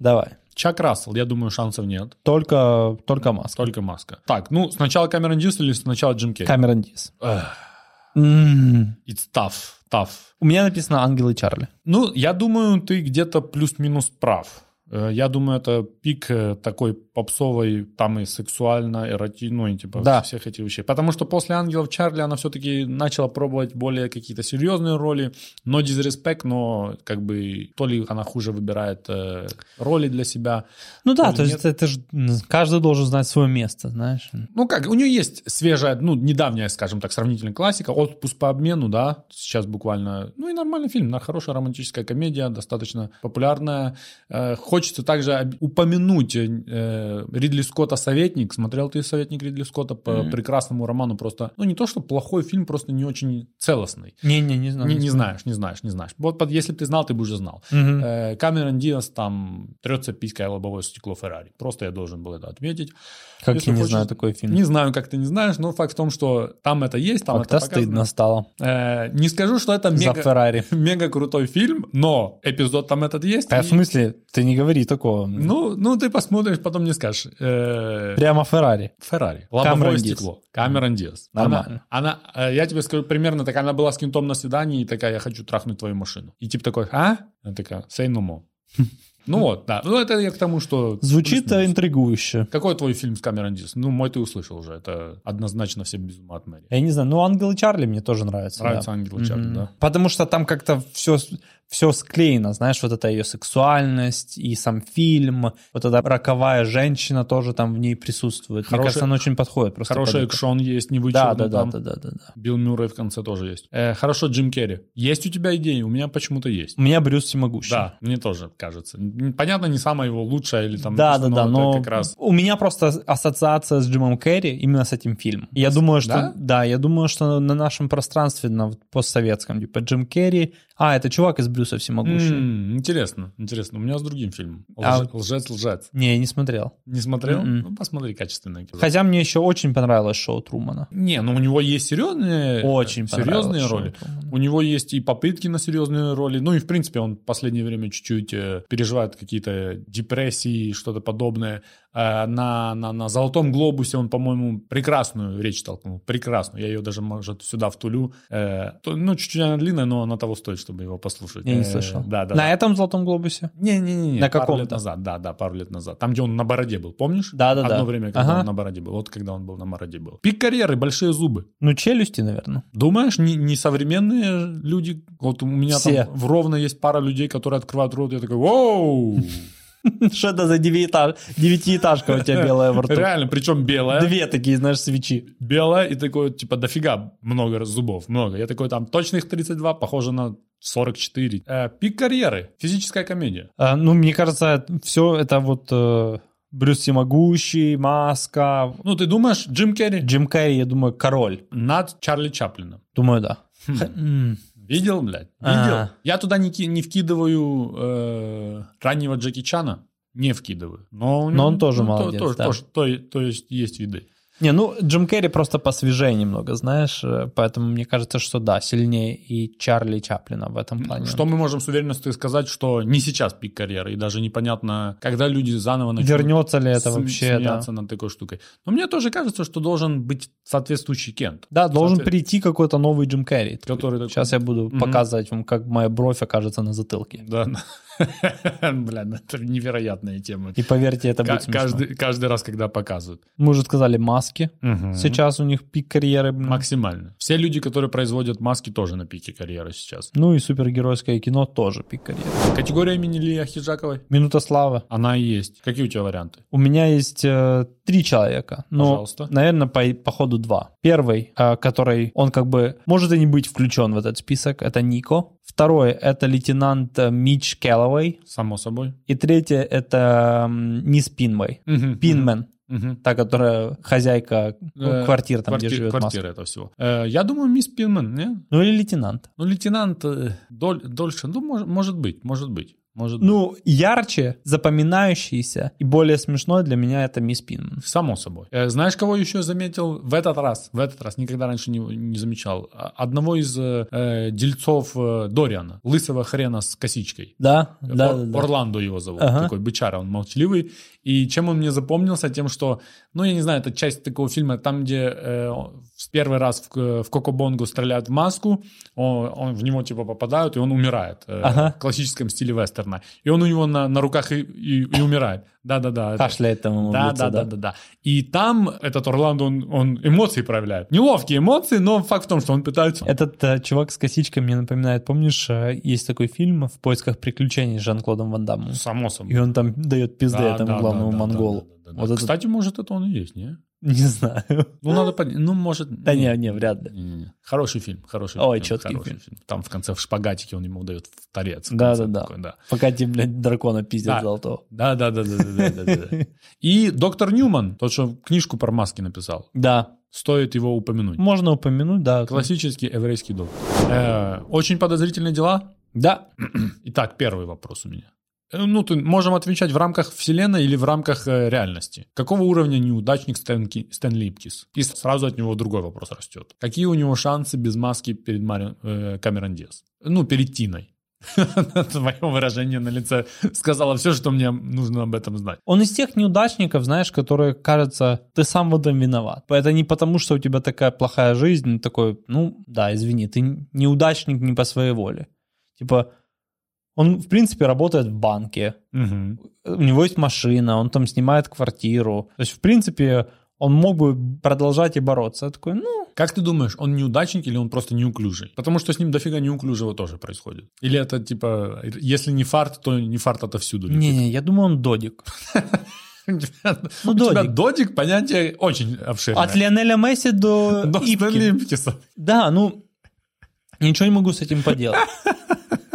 J: Давай.
I: Чак Рассел, я думаю, шансов нет.
J: Только, только маска.
I: Только маска. Так, ну, сначала Камерон Диас или сначала Джим Керри?
J: Камерон Диз.
I: Эх,
J: М.
I: It's tough, tough.
J: У меня написано «Ангелы Чарли».
I: Ну, я думаю, ты где-то плюс-минус прав. Э, Я думаю, это пик э, такой попсовой, там и сексуально, эроти, ну, и типа
J: Да.
I: всех этих вещей. Потому что после «Ангелов Чарли» она все-таки начала пробовать более какие-то серьезные роли, но дизреспект, но как бы то ли она хуже выбирает э, роли для себя.
J: Ну да,
I: Или
J: то
I: нет?
J: есть это, это ж, м, каждый должен знать свое место, знаешь.
I: Ну как, у нее есть свежая, ну, недавняя, скажем так, сравнительная классика. «Отпуск по обмену», да, сейчас буквально. Ну и нормальный фильм, на хорошая романтическая комедия, достаточно популярная. Э, хочется также об- упомянуть э, э, Ридли Скотта «Советник». Смотрел ты «Советник» Ридли Скотта по
J: Мгм.
I: прекрасному роману. Просто, ну не то, что плохой фильм, просто не очень целостный.
J: Не-не, Ну, не знаю.
I: Не, не знаешь, не знаешь, не знаешь. Вот под- если бы ты знал, ты бы уже знал.
J: Мгм.
I: Э, Камерон Диас там трется писькой о лобовое стекло Феррари. Просто я должен был это отметить.
J: Как
I: Если
J: я не
I: хочешь-
J: знаю такой фильм.
I: Не знаю, как ты не знаешь, но факт в том, что там это есть, там
J: Как-то
I: это показано.
J: стыдно стало
I: Э, не скажу, что это
J: за
I: мега,
J: Феррари.
I: мега крутой фильм, но эпизод там этот есть.
J: А в
I: и-
J: смысле? Ты не говори такого.
I: ну, ну, ты посмотришь, потом не скажешь. Э,
J: Прямо Феррари.
I: Феррари.
J: Камерон
I: Лобовое
J: Диаз.
I: стекло. Камерон Диас.
J: Нормально.
I: Она, она, э, я тебе скажу, примерно так, она была с кем-то на свидании и такая, я хочу трахнуть твою машину. И тип такой, а? Она такая, say no more. Ну вот, да. Ну это я к тому, что...
J: Звучит
I: плюс-минус.
J: э, интригующе.
I: Какой твой фильм с Камерон Диас? Ну, мой ты услышал уже. Это однозначно все без ума от Мэри.
J: Я не знаю, ну «Ангелы Чарли» мне тоже нравится.
I: Нравится
J: да.
I: «Ангелы Чарли»,
J: Мгм.
I: да.
J: Потому что там как-то все, все склеено, знаешь, вот эта ее сексуальность и сам фильм, вот эта роковая женщина тоже там в ней присутствует.
I: Хорошая-
J: мне кажется, она очень подходит. Просто
I: Хороший
J: под это.
I: экшон есть, не
J: Да,
I: вычурный
J: да, да,
I: там.
J: да, да, да, да.
I: Билл Мюррей в конце тоже есть. Э, хорошо, Джим Керри. Есть у тебя идеи? У меня почему-то есть.
J: У меня Брюс Всемогущий.
I: Да, мне тоже кажется. М, Понятно, не самая его лучшая или там...
J: Да, да,
I: просто,
J: да,
I: это
J: но
I: Как раз...
J: у меня просто ассоциация с Джимом Керри именно с этим фильмом. Я думаю, что
I: Да?
J: да, я думаю, что на нашем пространстве, на вот постсоветском, типа Джим Керри, А, это чувак из Брюса всемогущего.
I: М, интересно, интересно. У меня с другим фильмом.
J: А- М-м.
I: Лже- Лжец, лжец.
J: Не, я не смотрел.
I: Не смотрел?
J: Мгм.
I: Ну, посмотри качественное кино.
J: Хотя мне еще очень понравилось шоу Трумана.
I: Не, ну у него есть серьезные,
J: Очень понравилось
I: Э, серьезные
J: шоу
I: роли.
J: Трумана.
I: У него есть и попытки на серьезные роли. Ну и, в принципе, он в последнее время чуть-чуть э, переживает какие-то депрессии, что-то подобное. Э, на, на, на «Золотом глобусе» он, по-моему, прекрасную речь толкнул. Прекрасную. Я ее даже, может, сюда втулю. Э, то- ну, чуть-чуть она длинная, но она того стоит, чтобы его послушать.
J: Я не
I: Э,
J: слышал.
I: Да, да.
J: На
I: да.
J: этом Золотом Глобусе?
I: Не-не-не,
J: На
I: пару
J: каком-то?
I: лет назад, да, да, пару лет назад. Там, где он на бороде был, помнишь?
J: Да-да-да.
I: Одно время, когда
J: Ага.
I: он на бороде был. Вот когда он был на бороде был. Пик карьеры, большие зубы.
J: Ну, челюсти, наверное.
I: Думаешь, не, не современные люди? Вот у меня
J: Все.
I: там в Ровно есть пара людей, которые открывают рот, и я такой, воу!
J: Что это за девятиэтаж- девятиэтажка у тебя белая во рту?
I: Реально, причем белая.
J: Две такие, знаешь, свечи.
I: Белая и такой, типа, дофига много раз зубов, много. Я такой, там, точных 32, похоже на 44. Э, пик карьеры. Физическая комедия.
J: А, Ну, мне кажется, все это вот э, Брюс Всемогущий, Маска,
I: Ну, ты думаешь, Джим Керри?
J: Джим Керри, я думаю, король.
I: Над Чарли Чаплином.
J: Думаю, да.
I: Хм.
J: Х- м.
I: Видел, блядь? Видел.
J: А.
I: Я туда не, ки- не вкидываю э, раннего Джеки Чана. Не вкидываю. Но, у
J: Но он
I: него-
J: тоже
I: ну, то-
J: молодец,
I: тоже-
J: да.
I: тоже- то- то есть есть виды.
J: Не, ну, Джим Керри просто посвежее немного, знаешь, э, поэтому мне кажется, что да, сильнее и Чарли Чаплина в этом плане.
I: Что мы можем с уверенностью сказать, что не сейчас пик карьеры, и даже непонятно, когда люди заново начнут
J: Вернется Ну, ли это
I: см-
J: вообще? Да,
I: смеяться над такой штукой. Но мне тоже кажется, что должен быть соответствующий кент.
J: Да, должен
I: Соответ-
J: прийти какой-то новый Джим Керри.
I: Который такой-
J: Сейчас я буду
I: Мгм.
J: показывать вам, как моя бровь окажется на затылке.
I: Да. Бля, ну это невероятная тема.
J: И поверьте, это
I: Ка-
J: будет смешно.
I: каждый, каждый раз, когда показывают.
J: Мы уже сказали маски.
I: Мгм.
J: Сейчас у них пик карьеры. блин.
I: Максимально. Все люди, которые производят маски, тоже на пике карьеры сейчас.
J: Ну и супергеройское кино тоже пик карьеры.
I: Категория имени Лии Ахиджаковой?
J: Минута славы.
I: Она и есть. Какие у тебя варианты?
J: У меня есть э, три человека. Но,
I: Пожалуйста.
J: наверное, по, по ходу два. Первый, э, который, он как бы может и не быть включен в этот список, это Нико. Второй, это лейтенант э, Митч Келлоуэй.
I: Само собой.
J: И третье, это м, мисс Пинвей.
I: Мгм.
J: Пинмен.
I: Мгм.
J: Та, которая хозяйка ну,
I: Э,
J: квартиры, там, где
I: квартир-
J: живет Маск.
I: квартира это всего. Э, я думаю, мисс Пинман, не?
J: Ну или лейтенант.
I: Ну, лейтенант э, Доль- Дольше, ну, мож- может быть, может быть. Может быть.
J: Ну, ярче, запоминающийся и более смешной для меня это мисс Пинман.
I: Само собой. Э, Знаешь, кого еще заметил в этот раз? В этот раз никогда раньше не, не замечал. А- Одного из э, э, дельцов э, Дориана, лысого хрена с косичкой.
J: Да, да,
I: Ор-
J: да, да.
I: Орландо его зовут,
J: Ага.
I: такой бычара, он молчаливый. И чем он мне запомнился? Тем, что, ну, я не знаю, это часть такого фильма, там, где э, в первый раз в, к- в Коко Бонгу стреляют в маску, он, он- в него, типа, попадают, и он умирает. э,
J: Ага.
I: В классическом стиле вестерна. И он у него на, на руках и, и- и умирает. Да-да-да. это-
J: Кашляет там ему в
I: да,
J: лицо,
I: да, да, да, да. И там этот Орландо, он, он эмоции проявляет. Неловкие эмоции, но факт в том, что он пытается...
J: Этот э, чувак с косичкой мне напоминает, помнишь, э, есть такой фильм «В поисках приключений» с Жан-Клодом Ван Даммом.
I: Само собой.
J: И он там дает пизды
I: Да,
J: этому
I: да,
J: главному
I: да, да,
J: монголу.
I: да, да, да.
J: Вот это-
I: Кстати, может, это он и есть, не?
J: Не знаю.
I: Ну, надо понять. Ну, может...
J: Да не, не, вряд ли.
I: Не-не-не. Хороший фильм, хороший
J: Ой,
I: фильм.
J: чёткий
I: хороший
J: фильм.
I: Там в конце в шпагатике он ему дает в торец. в
J: Да,
I: конце
J: да, да.
I: такой, да.
J: Пока тебе, блядь, дракона
I: Да.
J: пиздят золотого.
I: Да, да, да, да, да, да, да, да. И доктор Ньюман, тот, что книжку про маски написал,
J: Да,
I: стоит его упомянуть.
J: можно упомянуть, да.
I: Классический еврейский доктор. Э, Очень подозрительные дела.
J: Да,
I: Итак, первый вопрос у меня. Э, Ну, ты можем отвечать в рамках вселенной или в рамках э, реальности. Какого уровня неудачник Стэн, Ки- Стэн Липкис? И с- сразу от него другой вопрос растет. Какие у него шансы без маски перед Мари... э, Камерон Диас? Ну, перед Тиной. Твое выражение на лице сказала все, что мне нужно об этом знать.
J: он из тех неудачников, знаешь, которые, кажется, ты сам в этом виноват. Это не потому, что у тебя такая плохая жизнь, такой, ну, да, извини, ты неудачник не по своей воле. Типа, он, в принципе, работает в банке, у него есть машина, он там снимает квартиру. То есть, в принципе, он мог бы продолжать и бороться. Я такой, ну,
I: Как ты думаешь, он неудачник или он просто неуклюжий? Потому что с ним дофига неуклюжего тоже происходит. Или это типа, если не фарт, то не фарт отовсюду. летит?
J: не-не, я думаю, он додик.
I: У тебя-
J: Ну,
I: у тебя
J: додик.
I: додик понятие очень обширное.
J: От Лионеля Месси до
I: До
J: Ипки.
I: Стэнли Ипкиса.
J: Да, ну, ничего не могу с этим поделать.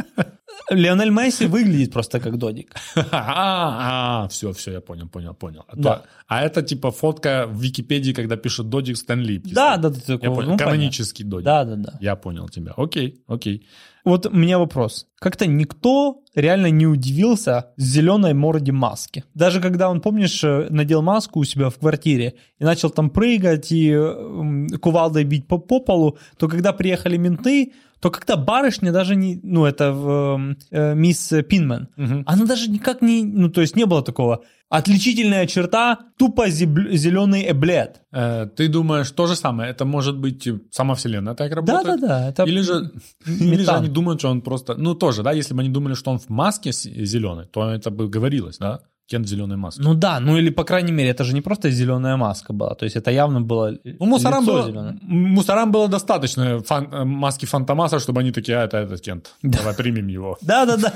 J: Лионель Месси выглядит просто как додик.
I: А, все, все, я понял, понял, понял. А, то-
J: Да.
I: а это типа фотка в Википедии, когда пишет додик Стэнли Ипкис.
J: Да, да, ты
I: Я
J: такой,
I: понял.
J: ну, понятно.
I: Канонический додик.
J: Да, да, да.
I: Я понял тебя. Окей, окей.
J: Вот у меня вопрос. Как-то никто реально не удивился зеленой морде маски. Даже когда он, помнишь, э, надел маску у себя в квартире и начал там прыгать и э, м, кувалдой бить по, по полу, то когда приехали менты, то как-то барышня даже не... Ну, это в, эм, э, мисс э, Пинман. Она даже никак не... Ну, то есть не было такого. Отличительная черта — тупо зебл- зеленый эблет.
I: Э, ты думаешь то же самое? Это может быть э, сама вселенная так работает?
J: Да-да-да, это
I: Или же,
J: метан.
I: или же они думают, что он просто... Ну, тоже, да, если бы они думали, что он в маске зеленый, то это бы говорилось, да? Кент в зеленой маске.
J: Ну да, ну или, по крайней мере, это же не просто зеленая маска была. То есть это явно было
I: Ну, мусорам
J: лицо
I: было,
J: зелёное.
I: м- мусорам было достаточно фан- э, маски Фантомаса, чтобы они такие, а, это этот Кент, давай примем его.
J: А, Да-да-да.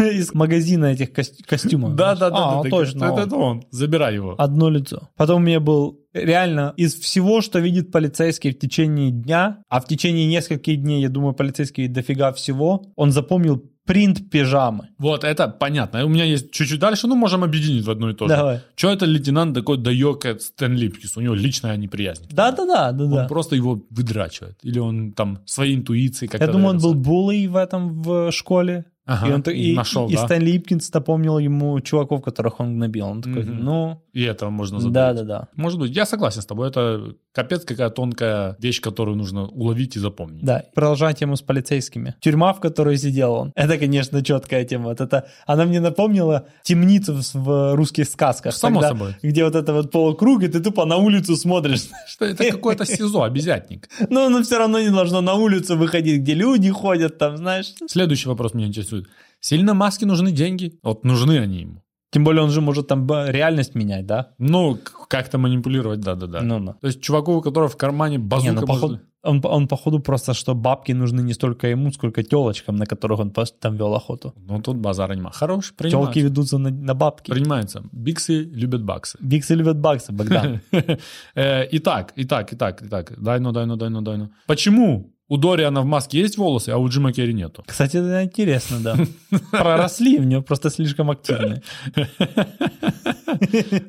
J: Из магазина этих кос- костюмов.
I: Да-да-да.
J: А,
I: да,
J: точно.
I: Это
J: он.
I: это он, забирай его.
J: Одно лицо. Потом у меня был реально из всего, что видит полицейский в течение дня, а в течение нескольких дней, я думаю, полицейский видит дофига всего, он запомнил принт пижамы.
I: Вот, это понятно. У меня есть чуть-чуть дальше, ну, можем объединить в одно и то же.
J: Давай.
I: Че это лейтенант такой даёк Стэн Липкис? У него личная неприязнь.
J: Да-да-да.
I: Он
J: да-да.
I: просто его выдрачивает. Или он там своей интуицией как-то...
J: Я думаю, он был
I: дается.
J: буллей в этом в школе.
I: Ага,
J: и он так-
I: и
J: и,
I: нашел,
J: и
I: да.
J: Стэн Липкинс напомнил ему чуваков, которых он гнобил. Он такой,
I: Мгм.
J: ну,
I: И этого можно забыть.
J: да-да-да.
I: Может быть, я согласен с тобой. Это капец какая тонкая вещь, которую нужно уловить и запомнить.
J: Да, продолжая тему с полицейскими. Тюрьма, в которой сидел он. Это, конечно, четкая тема. Вот это, она мне напомнила темницу в, в русских сказках.
I: Само собой.
J: Где вот это вот полукруг, и ты тупо на улицу смотришь.
I: Что это какое-то СИЗО, обезьятник.
J: Но оно все равно не должно на улицу выходить, где люди ходят там, знаешь.
I: Следующий вопрос меня интересует. Сильно маске нужны деньги? Вот нужны они ему.
J: Тем более он же может там б- реальность менять, да?
I: Ну, к- как-то манипулировать, да-да-да.
J: Ну-ну.
I: То есть чуваку, у которого в кармане
J: Ну. Не,
I: базука...
J: ну,
I: может-
J: походу- он, он походу просто, что бабки нужны не столько ему, сколько телочкам, на которых он пос- там вел охоту.
I: Ну, тут базара нема. Хорош, принимается.
J: Телки ведутся на, на бабки.
I: Принимается. Биксы любят баксы.
J: Биксы любят баксы, Богдан.
I: Э, Итак, итак, итак, итак. Дай ну, дай ну, дай ну, дай ну. Почему у Дориана в маске есть волосы, а у Джима Керри нету?
J: Кстати, это интересно, да. Проросли в него просто слишком активные.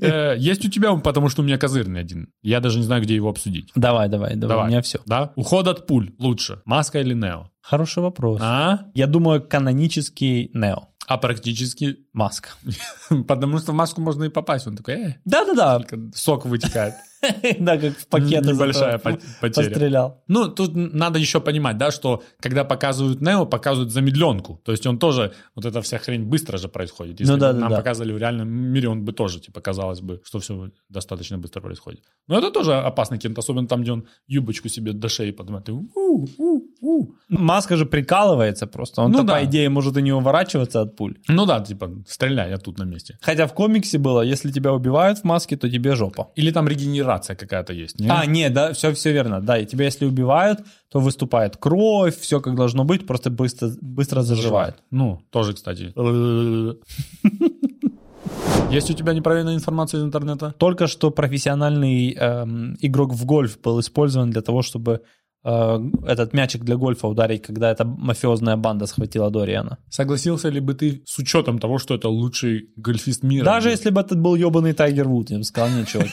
I: Э, Есть у тебя, потому что у меня козырный один. Я даже не знаю, где его обсудить.
J: Давай, давай, давай,
I: Давай.
J: у меня все.
I: Да? Уход от пуль лучше. Маска или Нео?
J: Хороший вопрос.
I: А?
J: Я думаю, канонический Нео.
I: А практически...
J: Маска.
I: Потому что в маску можно и попасть. Он такой, э,
J: Да-да-да.
I: сок вытекает.
J: Да, как в пакет. из
I: Небольшая
J: этого
I: пот- потеря.
J: Пострелял.
I: Ну, тут н- надо еще понимать, да, что когда показывают Нео, показывают замедленку. То есть он тоже, вот эта вся хрень быстро же происходит. Если
J: Ну да,
I: бы
J: да,
I: нам
J: да.
I: показывали в реальном мире, он бы тоже, типа, казалось бы, что все достаточно быстро происходит. Но это тоже опасный кент, особенно там, где он юбочку себе до шеи поднимает. и у, у, у.
J: Маска же прикалывается просто. Он-то,
I: Ну да.
J: по идее, может и не уворачиваться от пуль.
I: Ну да, типа, стреляй, я тут на месте.
J: Хотя в комиксе было, если тебя убивают в маске, то тебе жопа.
I: Или там регенерация какая-то есть. не?
J: А, нет, да, все, все верно. Да, и тебя если убивают, то выступает кровь, все как должно быть, просто быстро, быстро заживает.
I: Ну, тоже, кстати. Есть у тебя неправильная информация из интернета?
J: Только что профессиональный эм, игрок в гольф был использован для того, чтобы э, этот мячик для гольфа ударить, когда эта мафиозная банда схватила Дориана.
I: Согласился ли бы ты с учетом того, что это лучший гольфист мира?
J: Даже если бы это был ебаный Тайгер Вуд, я бы сказал, не, чуваки,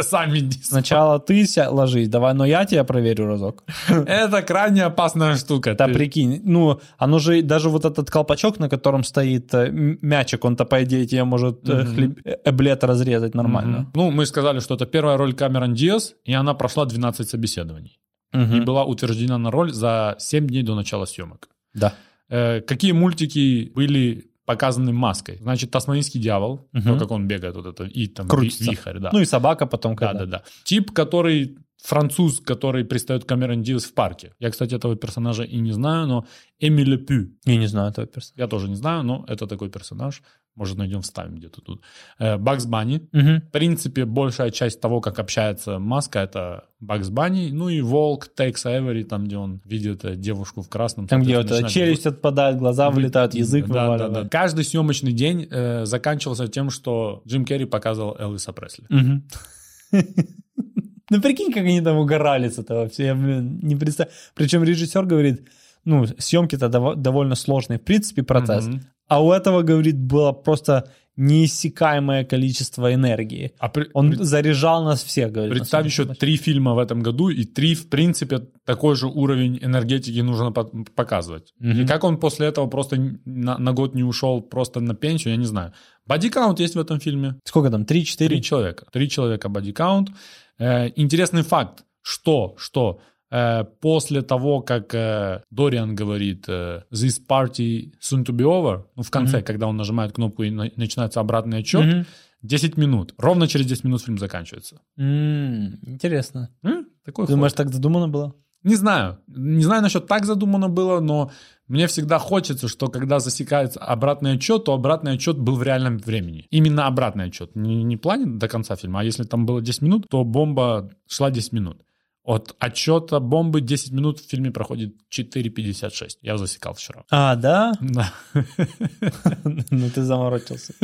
I: Сами иди.
J: сначала ты ся- ложись, давай, но я тебя проверю разок.
I: Это крайне опасная штука.
J: Да
I: Ты-
J: прикинь, ну, оно же, даже вот этот колпачок, на котором стоит э, м- мячик, он-то, по идее, тебе может э, хлеб- э, эблет разрезать нормально.
I: Ну, мы сказали, что это первая роль Камерон Диас, и она прошла 12 собеседований. И
J: Мгм.
I: была утверждена на роль за 7 дней до начала съемок.
J: Да.
I: Э, какие мультики были показаны маской? Значит, «Тасманинский дьявол»,
J: Мгм.
I: то, как он бегает, вот это, и там
J: Крутится.
I: ви- вихрь. Да.
J: Ну и собака потом,
I: да,
J: когда...
I: да, да. Тип, который француз, который пристает Камерон Диас в парке. Я, кстати, этого персонажа и не знаю, но Эми Ле Пю.
J: Я не знаю этого персонажа.
I: Я тоже не знаю, но это такой персонаж. Может, найдем, вставим где-то тут. Э, Бакс Банни.
J: Мгм.
I: В принципе, большая часть того, как общается Маска, это Бакс Банни. Ну и Волк, Текс Эвери, там, где он видит э, девушку в красном.
J: Там, где вот
I: соответственно,
J: эта
I: начинает
J: челюсть отпадает, глаза вылетают, язык
I: да, да, да.
J: вываливает.
I: Каждый съемочный день э, заканчивался тем, что Джим Керри показывал Элвиса Пресли.
J: Мгм. Ну прикинь, как они там угорали с этого все, я, блин, не представляю. Причем режиссер говорит, ну, съемки-то дово- довольно сложный, в принципе, процесс.
I: Мгм.
J: А у этого, говорит, было просто неиссякаемое количество энергии.
I: А при-
J: Он
I: при-
J: заряжал нас всех, говорит. на
I: Представь
J: самом
I: еще
J: деле.
I: три фильма в этом году, и три, в принципе, такой же уровень энергетики нужно по- показывать.
J: Мгм.
I: И как он после этого просто н- на, на год не ушел просто на пенсию, я не знаю. Бодикаунт есть в этом фильме.
J: Сколько там? Три-четыре?
I: Три человека. Три человека бодикаунт. Э, интересный факт, что, что э, после того, как э, Дориан говорит э, «This party soon to be over», ну, в конце, когда он нажимает кнопку и на- начинается обратный отчет,
J: Мгм.
I: 10 минут. Ровно через 10 минут фильм заканчивается.
J: М, Интересно.
I: М? Такой ход.
J: Думаешь, так задумано было?
I: Не знаю. Не знаю, насчет так задумано было, но мне всегда хочется, что когда засекается обратный отчет, то обратный отчет был в реальном времени. Именно обратный отчет. Не, не в плане до конца фильма, а если там было 10 минут, то бомба шла 10 минут. От отчета бомбы 10 минут в фильме проходит 4,56. Я засекал вчера.
J: А, да?
I: Да.
J: Ну ты заморочился.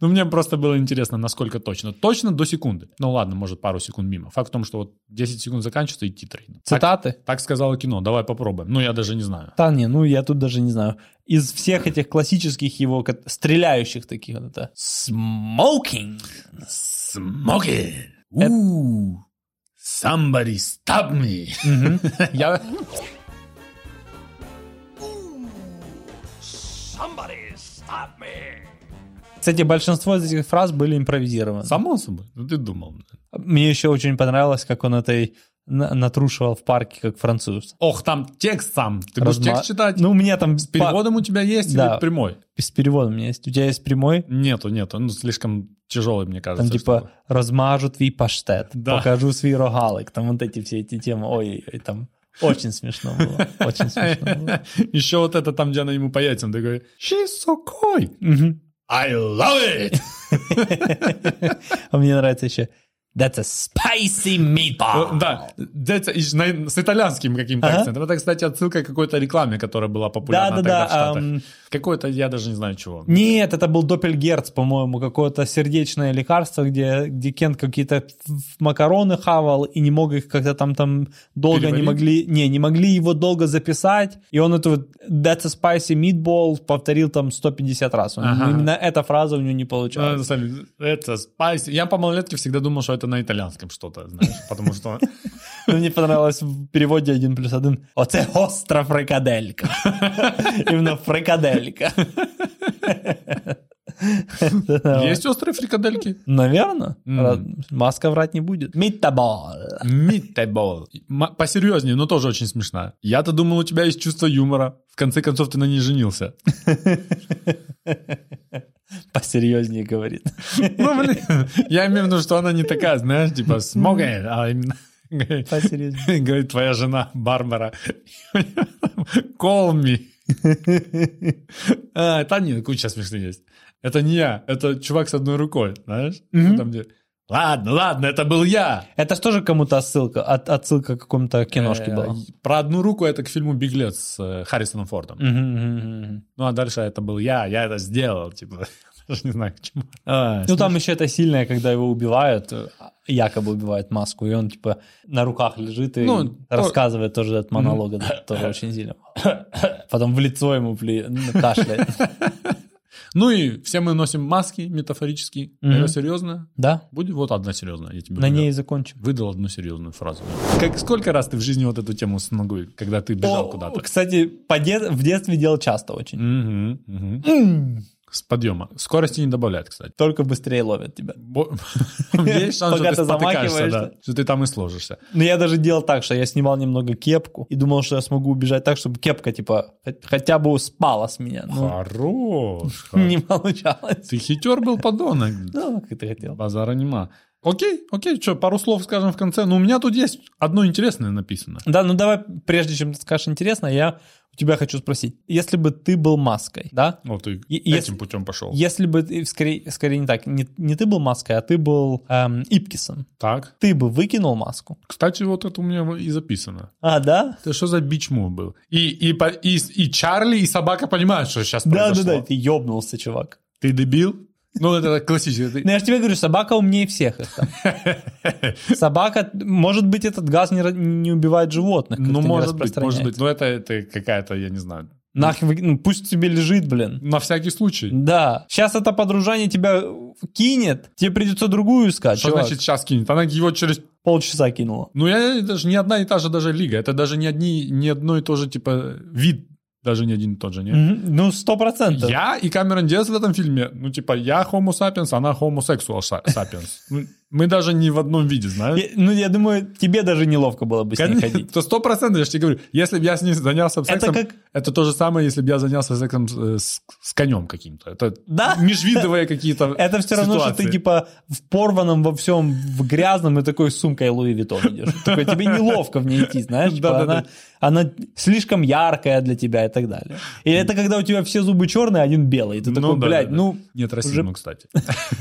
I: Ну, мне просто было интересно, насколько точно. Точно до секунды. Ну, ладно, может, пару секунд мимо. Факт в том, что вот 10 секунд заканчивается и титры. Так-
J: Цитаты?
I: Так сказала кино, давай попробуем. Ну, я даже не знаю.
J: Да не, ну я тут даже не знаю. Из всех этих классических его кат- стреляющих таких вот это. Smoking.
I: Смоки! у Somebody stab me! Я...
J: Кстати, большинство из этих фраз были импровизированы.
I: Само собой, ну ты думал. блин.
J: Мне еще очень понравилось, как он этой на- натрушивал в парке, как француз.
I: Ох, там текст сам. Ты
J: Разма-
I: будешь текст читать?
J: Ну, у меня там...
I: С переводом у тебя есть
J: Да.
I: или прямой?
J: С переводом у меня есть. У тебя есть прямой?
I: Нету, нету. Ну, слишком тяжелый, мне
J: Там
I: кажется.
J: типа
I: что-
J: «размажу твій паштет»,
I: Да.
J: «покажу свій рогалик», там вот эти все эти темы. Ой-ой-ой, там очень смешно было. Очень смешно было.
I: Еще вот это там, где она ему по яйцам. Такой, she's so cool. I love it.
J: А мне нравится еще «That's a spicy meatball».
I: Да, that's- и на- с итальянским каким-то
J: Э, Ага.
I: акцентом. Это, кстати, отсылка к какой-то рекламе, которая была популярна тогда
J: Да-да-да,
I: в Штатах.
J: ам.
I: Какой-то, я даже не знаю чего.
J: Нет, это был Доппельгерц, по-моему, какое-то сердечное лекарство, где, где Кент какие-то ф- макароны хавал и не мог их как-то там там долго не
I: Переварить?
J: могли, не, не могли его долго записать, и он эту вот «That's a spicy meatball» повторил там 150 раз. Он-
I: Ага.
J: Именно эта фраза у него не
I: Ну, на
J: получалась.
I: самом деле, Это spicy. Я по малолетке всегда думал, что это на итальянском что-то, знаешь, потому что...
J: Но мне понравилось в переводе один плюс один. Оце остра фрикаделька. Именно фрикаделька.
I: Есть острые фрикадельки?
J: Наверное.
I: М.
J: Маска врать не будет. Митабол.
I: Миттебол. М- Посерьезнее, но тоже очень смешно. Я-то думал, у тебя есть чувство юмора. В конце концов, ты на ней женился.
J: Посерьезнее говорит.
I: Ну, блин, я имею в виду, что она не такая, знаешь, типа, смогает, а именно... говорит,
J: Посерьезнее.
I: Говорит, твоя жена Барбара. Call me. А, Там не куча смешных есть. Это не я, это чувак с одной рукой, знаешь? Ну, там где, Ладно, ладно, это был я.
J: Это ж тоже кому-то отсылка, от, отсылка к какому-то киношке
I: Э,
J: была.
I: Про одну руку это к фильму «Беглец» с э, Харрисоном Фордом.
J: Мгм, мгм, мгм.
I: Ну, а дальше это был я, я это сделал, типа. Даже не знаю, к чему.
J: Ну там еще это сильное, когда его убивают, э, якобы убивают маску, и он типа на руках лежит и
I: Ну, то-
J: рассказывает тоже этот монолог, этот тоже очень сильно. Потом в лицо ему плюет, ну, кашляет.
I: Ну и все мы носим маски метафорические.
J: Мгм.
I: Я серьезно?
J: Да?
I: Будет вот одна серьезная. Я тебе
J: На
I: говорю.
J: ней и закончим.
I: выдал одну серьезную фразу. Как, сколько раз ты в жизни вот эту тему с ногой, когда ты бежал
J: О,
I: куда-то?
J: Кстати, по де- в детстве делал часто очень.
I: Мгм, мгм. С подъема. Скорости не добавляет, кстати.
J: Только быстрее ловят тебя.
I: Бо- Есть шанс, что
J: Пока
I: ты
J: ты
I: спотыкаешься,
J: замахиваешься.
I: да, что ты там и сложишься.
J: Но я даже делал так, что я снимал немного кепку и думал, что я смогу убежать так, чтобы кепка, типа, хот- хотя бы спала с меня. Ну,
I: Хорош.
J: не получалось.
I: Ты хитер был, подонок.
J: Ну, как ты хотел.
I: Базара нема. Окей, окей, что, пару слов скажем в конце. Ну, у меня тут есть одно интересное написано.
J: Да, ну давай, прежде чем ты скажешь интересно, я у тебя хочу спросить. Если бы ты был маской, да?
I: Вот ты
J: Е- если-
I: этим путем пошел.
J: Если бы, ты- скорее, скорее не так, не, не ты был маской, а ты был эм, Ипкисом,
I: Так.
J: ты бы выкинул маску?
I: Кстати, вот это у меня и записано.
J: А, да?
I: Это что за бичму был? И, и, по- и, и Чарли, и собака понимают, что сейчас
J: Да, да,
I: произошло.
J: да, ты ёбнулся, чувак.
I: Ты дебил? Ну, это классический.
J: Ну,
I: ты-
J: я же тебе говорю, собака умнее всех их там. Собака, может быть, этот газ не, ра- не убивает животных.
I: Ну,
J: как-то не
I: может быть, может
J: распространяется.
I: быть. Но это, это какая-то, я не знаю,
J: Нахер, ну, пусть тебе лежит, блин.
I: На всякий случай.
J: Да. Сейчас это подружание тебя кинет, тебе придется другую искать.
I: Что
J: чувак.
I: значит сейчас кинет? Она его через...
J: полчаса кинула?
I: Ну, я, это же не одна и та же даже лига. Это даже не, одни, не одно и то же, типа, вид. Даже не один и тот же, нет?
J: Мгм. Ну, сто процентов.
I: Я и Камерон Диас в этом фильме, ну, типа, я homo sapiens, она homosexual sa- sapiens. Ну, Мы даже не в одном виде, знаешь?
J: Я- Ну, я думаю, тебе даже неловко было бы с ней
I: Конечно,
J: ходить.
I: То сто процентов, я же тебе говорю, если бы я с ней занялся сексом, это,
J: как-
I: то же самое, если бы я занялся сексом с, э, с- с конем каким-то. Это
J: Да?
I: межвидовые какие-то
J: Это все равно, что ты,
I: ситуации.
J: типа, в порванном во всем, в грязном и такой с сумкой Луи Витон идешь. Такой, тебе неловко в ней идти, знаешь? типа,
I: Да-да-да.
J: она, она слишком яркая для тебя и так далее. Или это когда у тебя все зубы черные, а один белый. и Ты такой,
I: Ну да,
J: блядь,
I: да, да.
J: ну...
I: Нет расизма, кстати.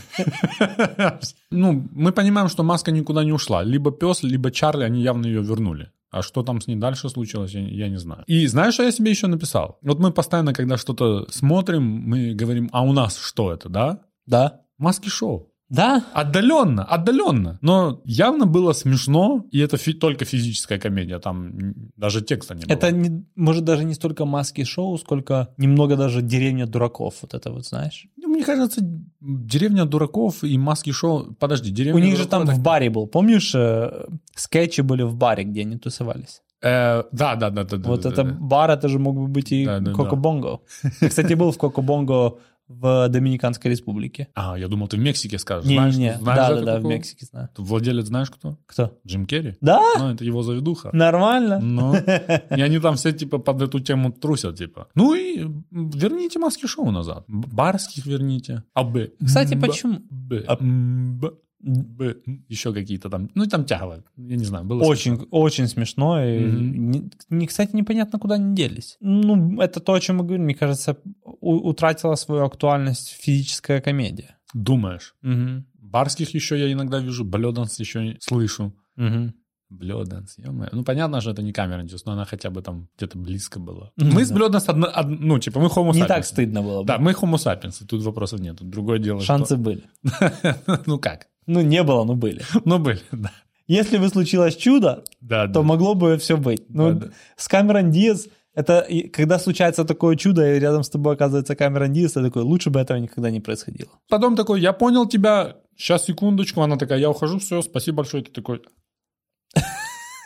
I: Ну, мы понимаем, что маска никуда не ушла. Либо пес, либо Чарли, они явно ее вернули. А что там с ней дальше случилось, я, я не знаю. И знаешь, что я себе еще написал? Вот мы постоянно, когда что-то смотрим, мы говорим, а у нас что это, да?
J: Да.
I: Маски шоу.
J: Да?
I: Отдаленно, отдаленно. Но явно было смешно, и это фи- только физическая комедия, там м, даже текста не было.
J: Это, не- может, даже не столько маски-шоу, сколько немного даже деревня дураков. Вот это вот, знаешь?
I: Ну, Мне кажется, деревня дураков и маски шоу... Подожди, деревня
J: У них же
I: дураков
J: там
I: это-
J: в баре был, помнишь, э, скетчи были в баре, где они тусовались.
I: Э, да, да, да, да. да,
J: вот
I: да,
J: это
I: да.
J: бар, это же мог бы быть и
I: Да, да, да.
J: Коко-Бонго. Я, Кстати, был в Коко-Бонго в Доминиканской республике.
I: А, я думал, ты в Мексике скажешь. Знаешь,
J: Не-не-не,
I: знаешь же
J: да-да-да, в
I: такого?
J: Мексике знаю.
I: Владелец знаешь кто?
J: Кто?
I: Джим Керри.
J: Да?
I: Ну, это его заведуха.
J: Нормально.
I: Ну, и они там все, типа, под эту тему трусят, типа. Ну и м, верните маски-шоу назад. Б- Барских верните. А Б.
J: Кстати,
I: М, Б.
J: почему?
I: Б.
J: А-
I: М, Б. Б. Еще какие-то там. Ну, и там тягло. Я не знаю, было...
J: Очень, очень смешно. И,
I: Мгм.
J: не- не- кстати, непонятно, куда они делись. Ну, это то, о чем мы говорим. Мне кажется, у- утратила свою актуальность физическая комедия.
I: смешно. Думаешь.
J: Мгм.
I: Барских еще я иногда вижу. Блёданс еще и слышу.
J: Мгм.
I: Блёданс, ё-моё. Ну, понятно, что это не Камерон Диас, но она хотя бы там где-то близко была.
J: Ну
I: Мы с
J: да.
I: Блёданс, одно- од- ну, типа, мы homo
J: Не
I: sapiens.
J: так стыдно было бы.
I: Да, мы homo sapiens, и тут вопросов нет. Другое дело, что-
J: Шансы были.
I: ну, как?
J: Ну, не было, но были.
I: Ну, были, да.
J: Если бы случилось чудо,
I: Да,
J: то
I: да.
J: могло бы все быть. Ну,
I: Да, да.
J: с Камерон Диас, это и- когда случается такое чудо, и рядом с тобой оказывается Камерон Диас, ты такой, лучше бы этого никогда не происходило.
I: Потом такой, я понял тебя, сейчас, секундочку. Она такая, я ухожу, все, спасибо большое. Ты такой,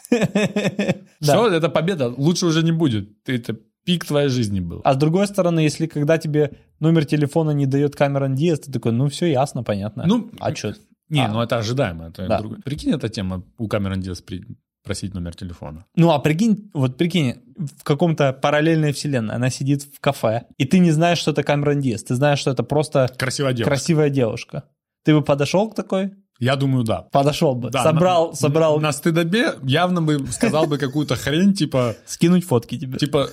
I: все,
J: Да.
I: это победа, лучше уже не будет. Ты- Это пик твоей жизни был.
J: А с другой стороны, если когда тебе номер телефона не дает Камерон Диас, ты такой, ну все ясно, понятно.
I: Ну,
J: а что?
I: Не,
J: а.
I: ну это ожидаемо. Это
J: Да.
I: другое. Прикинь, эта тема у Камерон Диас при- просить номер телефона.
J: Ну, а прикинь, вот прикинь, в каком-то параллельной вселенной она сидит в кафе, и ты не знаешь, что это Камерон Диас, ты знаешь, что это просто
I: Красивая девушка.
J: красивая девушка. Ты бы подошел к такой?
I: Я думаю, да.
J: Подошел бы.
I: Да,
J: собрал,
I: на-
J: собрал.
I: На стыдобе явно бы сказал бы какую-то хрень, типа,
J: Скинуть фотки тебе.
I: типа...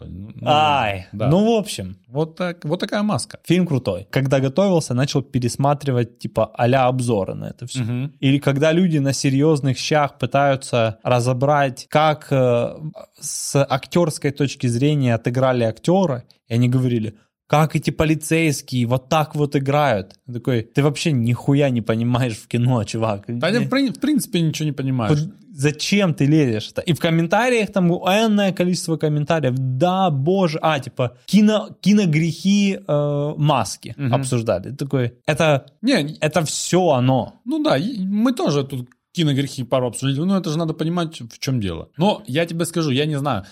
I: ну,
J: Ай,
I: да.
J: ну в общем,
I: Вот, так, вот такая маска.
J: фильм крутой. Когда готовился, начал пересматривать типа а-ля обзоры на это все. Или когда люди на серьезных щах пытаются разобрать, как э, с актерской точки зрения отыграли актеры, и они говорили, как эти полицейские вот так вот играют. Я такой, ты вообще нихуя не понимаешь в кино, чувак.
I: Да я в прин- в принципе ничего не понимаешь.
J: Вот зачем ты лезешь? это? И в комментариях там энное количество комментариев. Да, боже. А, типа, кино, киногрехи э, маски
I: Мгм.
J: обсуждали. Ты Такой, это,
I: Не,
J: это все оно.
I: ну да, и мы тоже тут киногрехи пару обсудили, но это же надо понимать, в чем дело. Но я тебе скажу, я не знаю,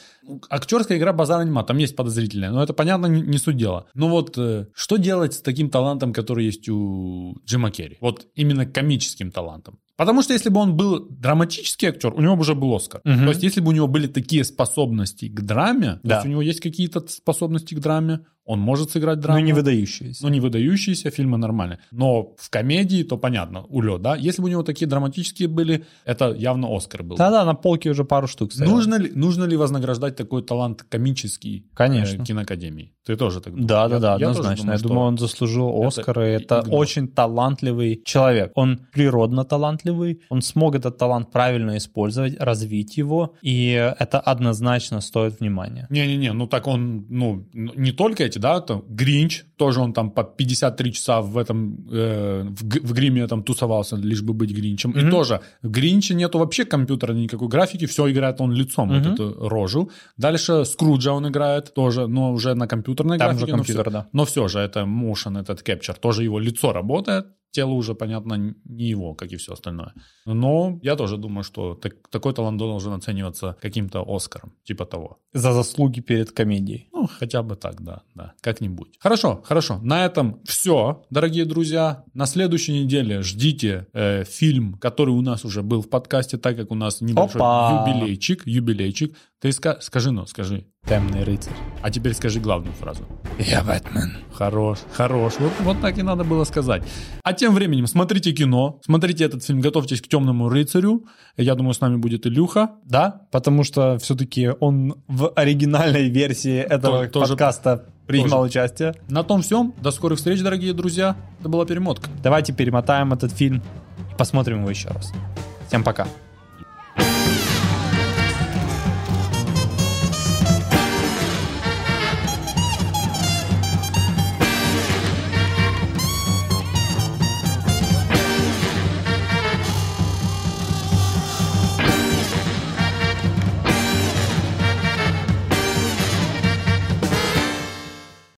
I: актерская игра базара нема, там есть подозрительная, но это понятно, не, не суть дела. Но вот э, что делать с таким талантом, который есть у Джима Керри? Вот именно комическим талантом. Потому что если бы он был драматический актер, у него бы уже был Оскар.
J: Мгм.
I: То есть если бы у него были такие способности к драме, то
J: Да.
I: есть у него есть какие-то способности к драме, он может сыграть драму.
J: Ну, не выдающиеся.
I: Ну, не выдающиеся фильмы нормальные. Но в комедии, то понятно, улет, да? Если бы у него такие драматические были, это явно Оскар был.
J: Да-да, на полке уже пару штук стояло.
I: Нужно ли, нужно ли вознаграждать такой талант комический
J: Конечно.
I: э, киноакадемии? Ты тоже так думаешь?
J: Да, да, да,
I: Я- я тоже
J: однозначно. Я,
I: что-
J: думаю, он заслужил Оскар. и
I: и-
J: Это,
I: и-
J: очень талантливый человек. Он природно талантливый. Он смог этот талант правильно использовать, развить его. И это однозначно стоит внимания.
I: Не-не-не, ну так он, ну, н- не только эти да, там Гринч, тоже он там по 53 часа в этом, э, в, г- в гриме там тусовался, лишь бы быть Гринчем. И тоже в Гринче нету вообще компьютера, никакой графики, все играет он лицом, вот эту рожу. Дальше Скруджа он играет тоже, но уже на компьютерной
J: Там
I: графике.
J: же
I: но
J: компьютер,
I: всё-
J: да.
I: Но все же это motion, этот кэпчер, тоже его лицо работает, тело уже, понятно, не его, как и все остальное. Но я тоже думаю, что так- такой талант должен оцениваться каким-то Оскаром, типа того.
J: За заслуги перед комедией.
I: Ну, хотя бы так, да, да, как-нибудь. Хорошо, хорошо. На этом все, дорогие друзья. На следующей неделе ждите э, фильм, который у нас уже был в подкасте, так как у нас небольшой
J: Опа!
I: юбилейчик, юбилейчик. Ты ска- скажи, ну, скажи.
J: Темный рыцарь.
I: А теперь скажи главную фразу.
J: Я Бэтмен.
I: Хорош, хорош. Вот, вот так и надо было сказать. А тем временем смотрите кино, смотрите этот фильм, готовьтесь к темному рыцарю. Я думаю, с нами будет Илюха.
J: Да, потому что все-таки он в оригинальной версии этого
I: тоже-
J: подкаста принимал
I: тоже.
J: участие.
I: На том всем. До скорых встреч, дорогие друзья. Это была перемотка.
J: Давайте перемотаем этот фильм и посмотрим его еще раз. Всем пока.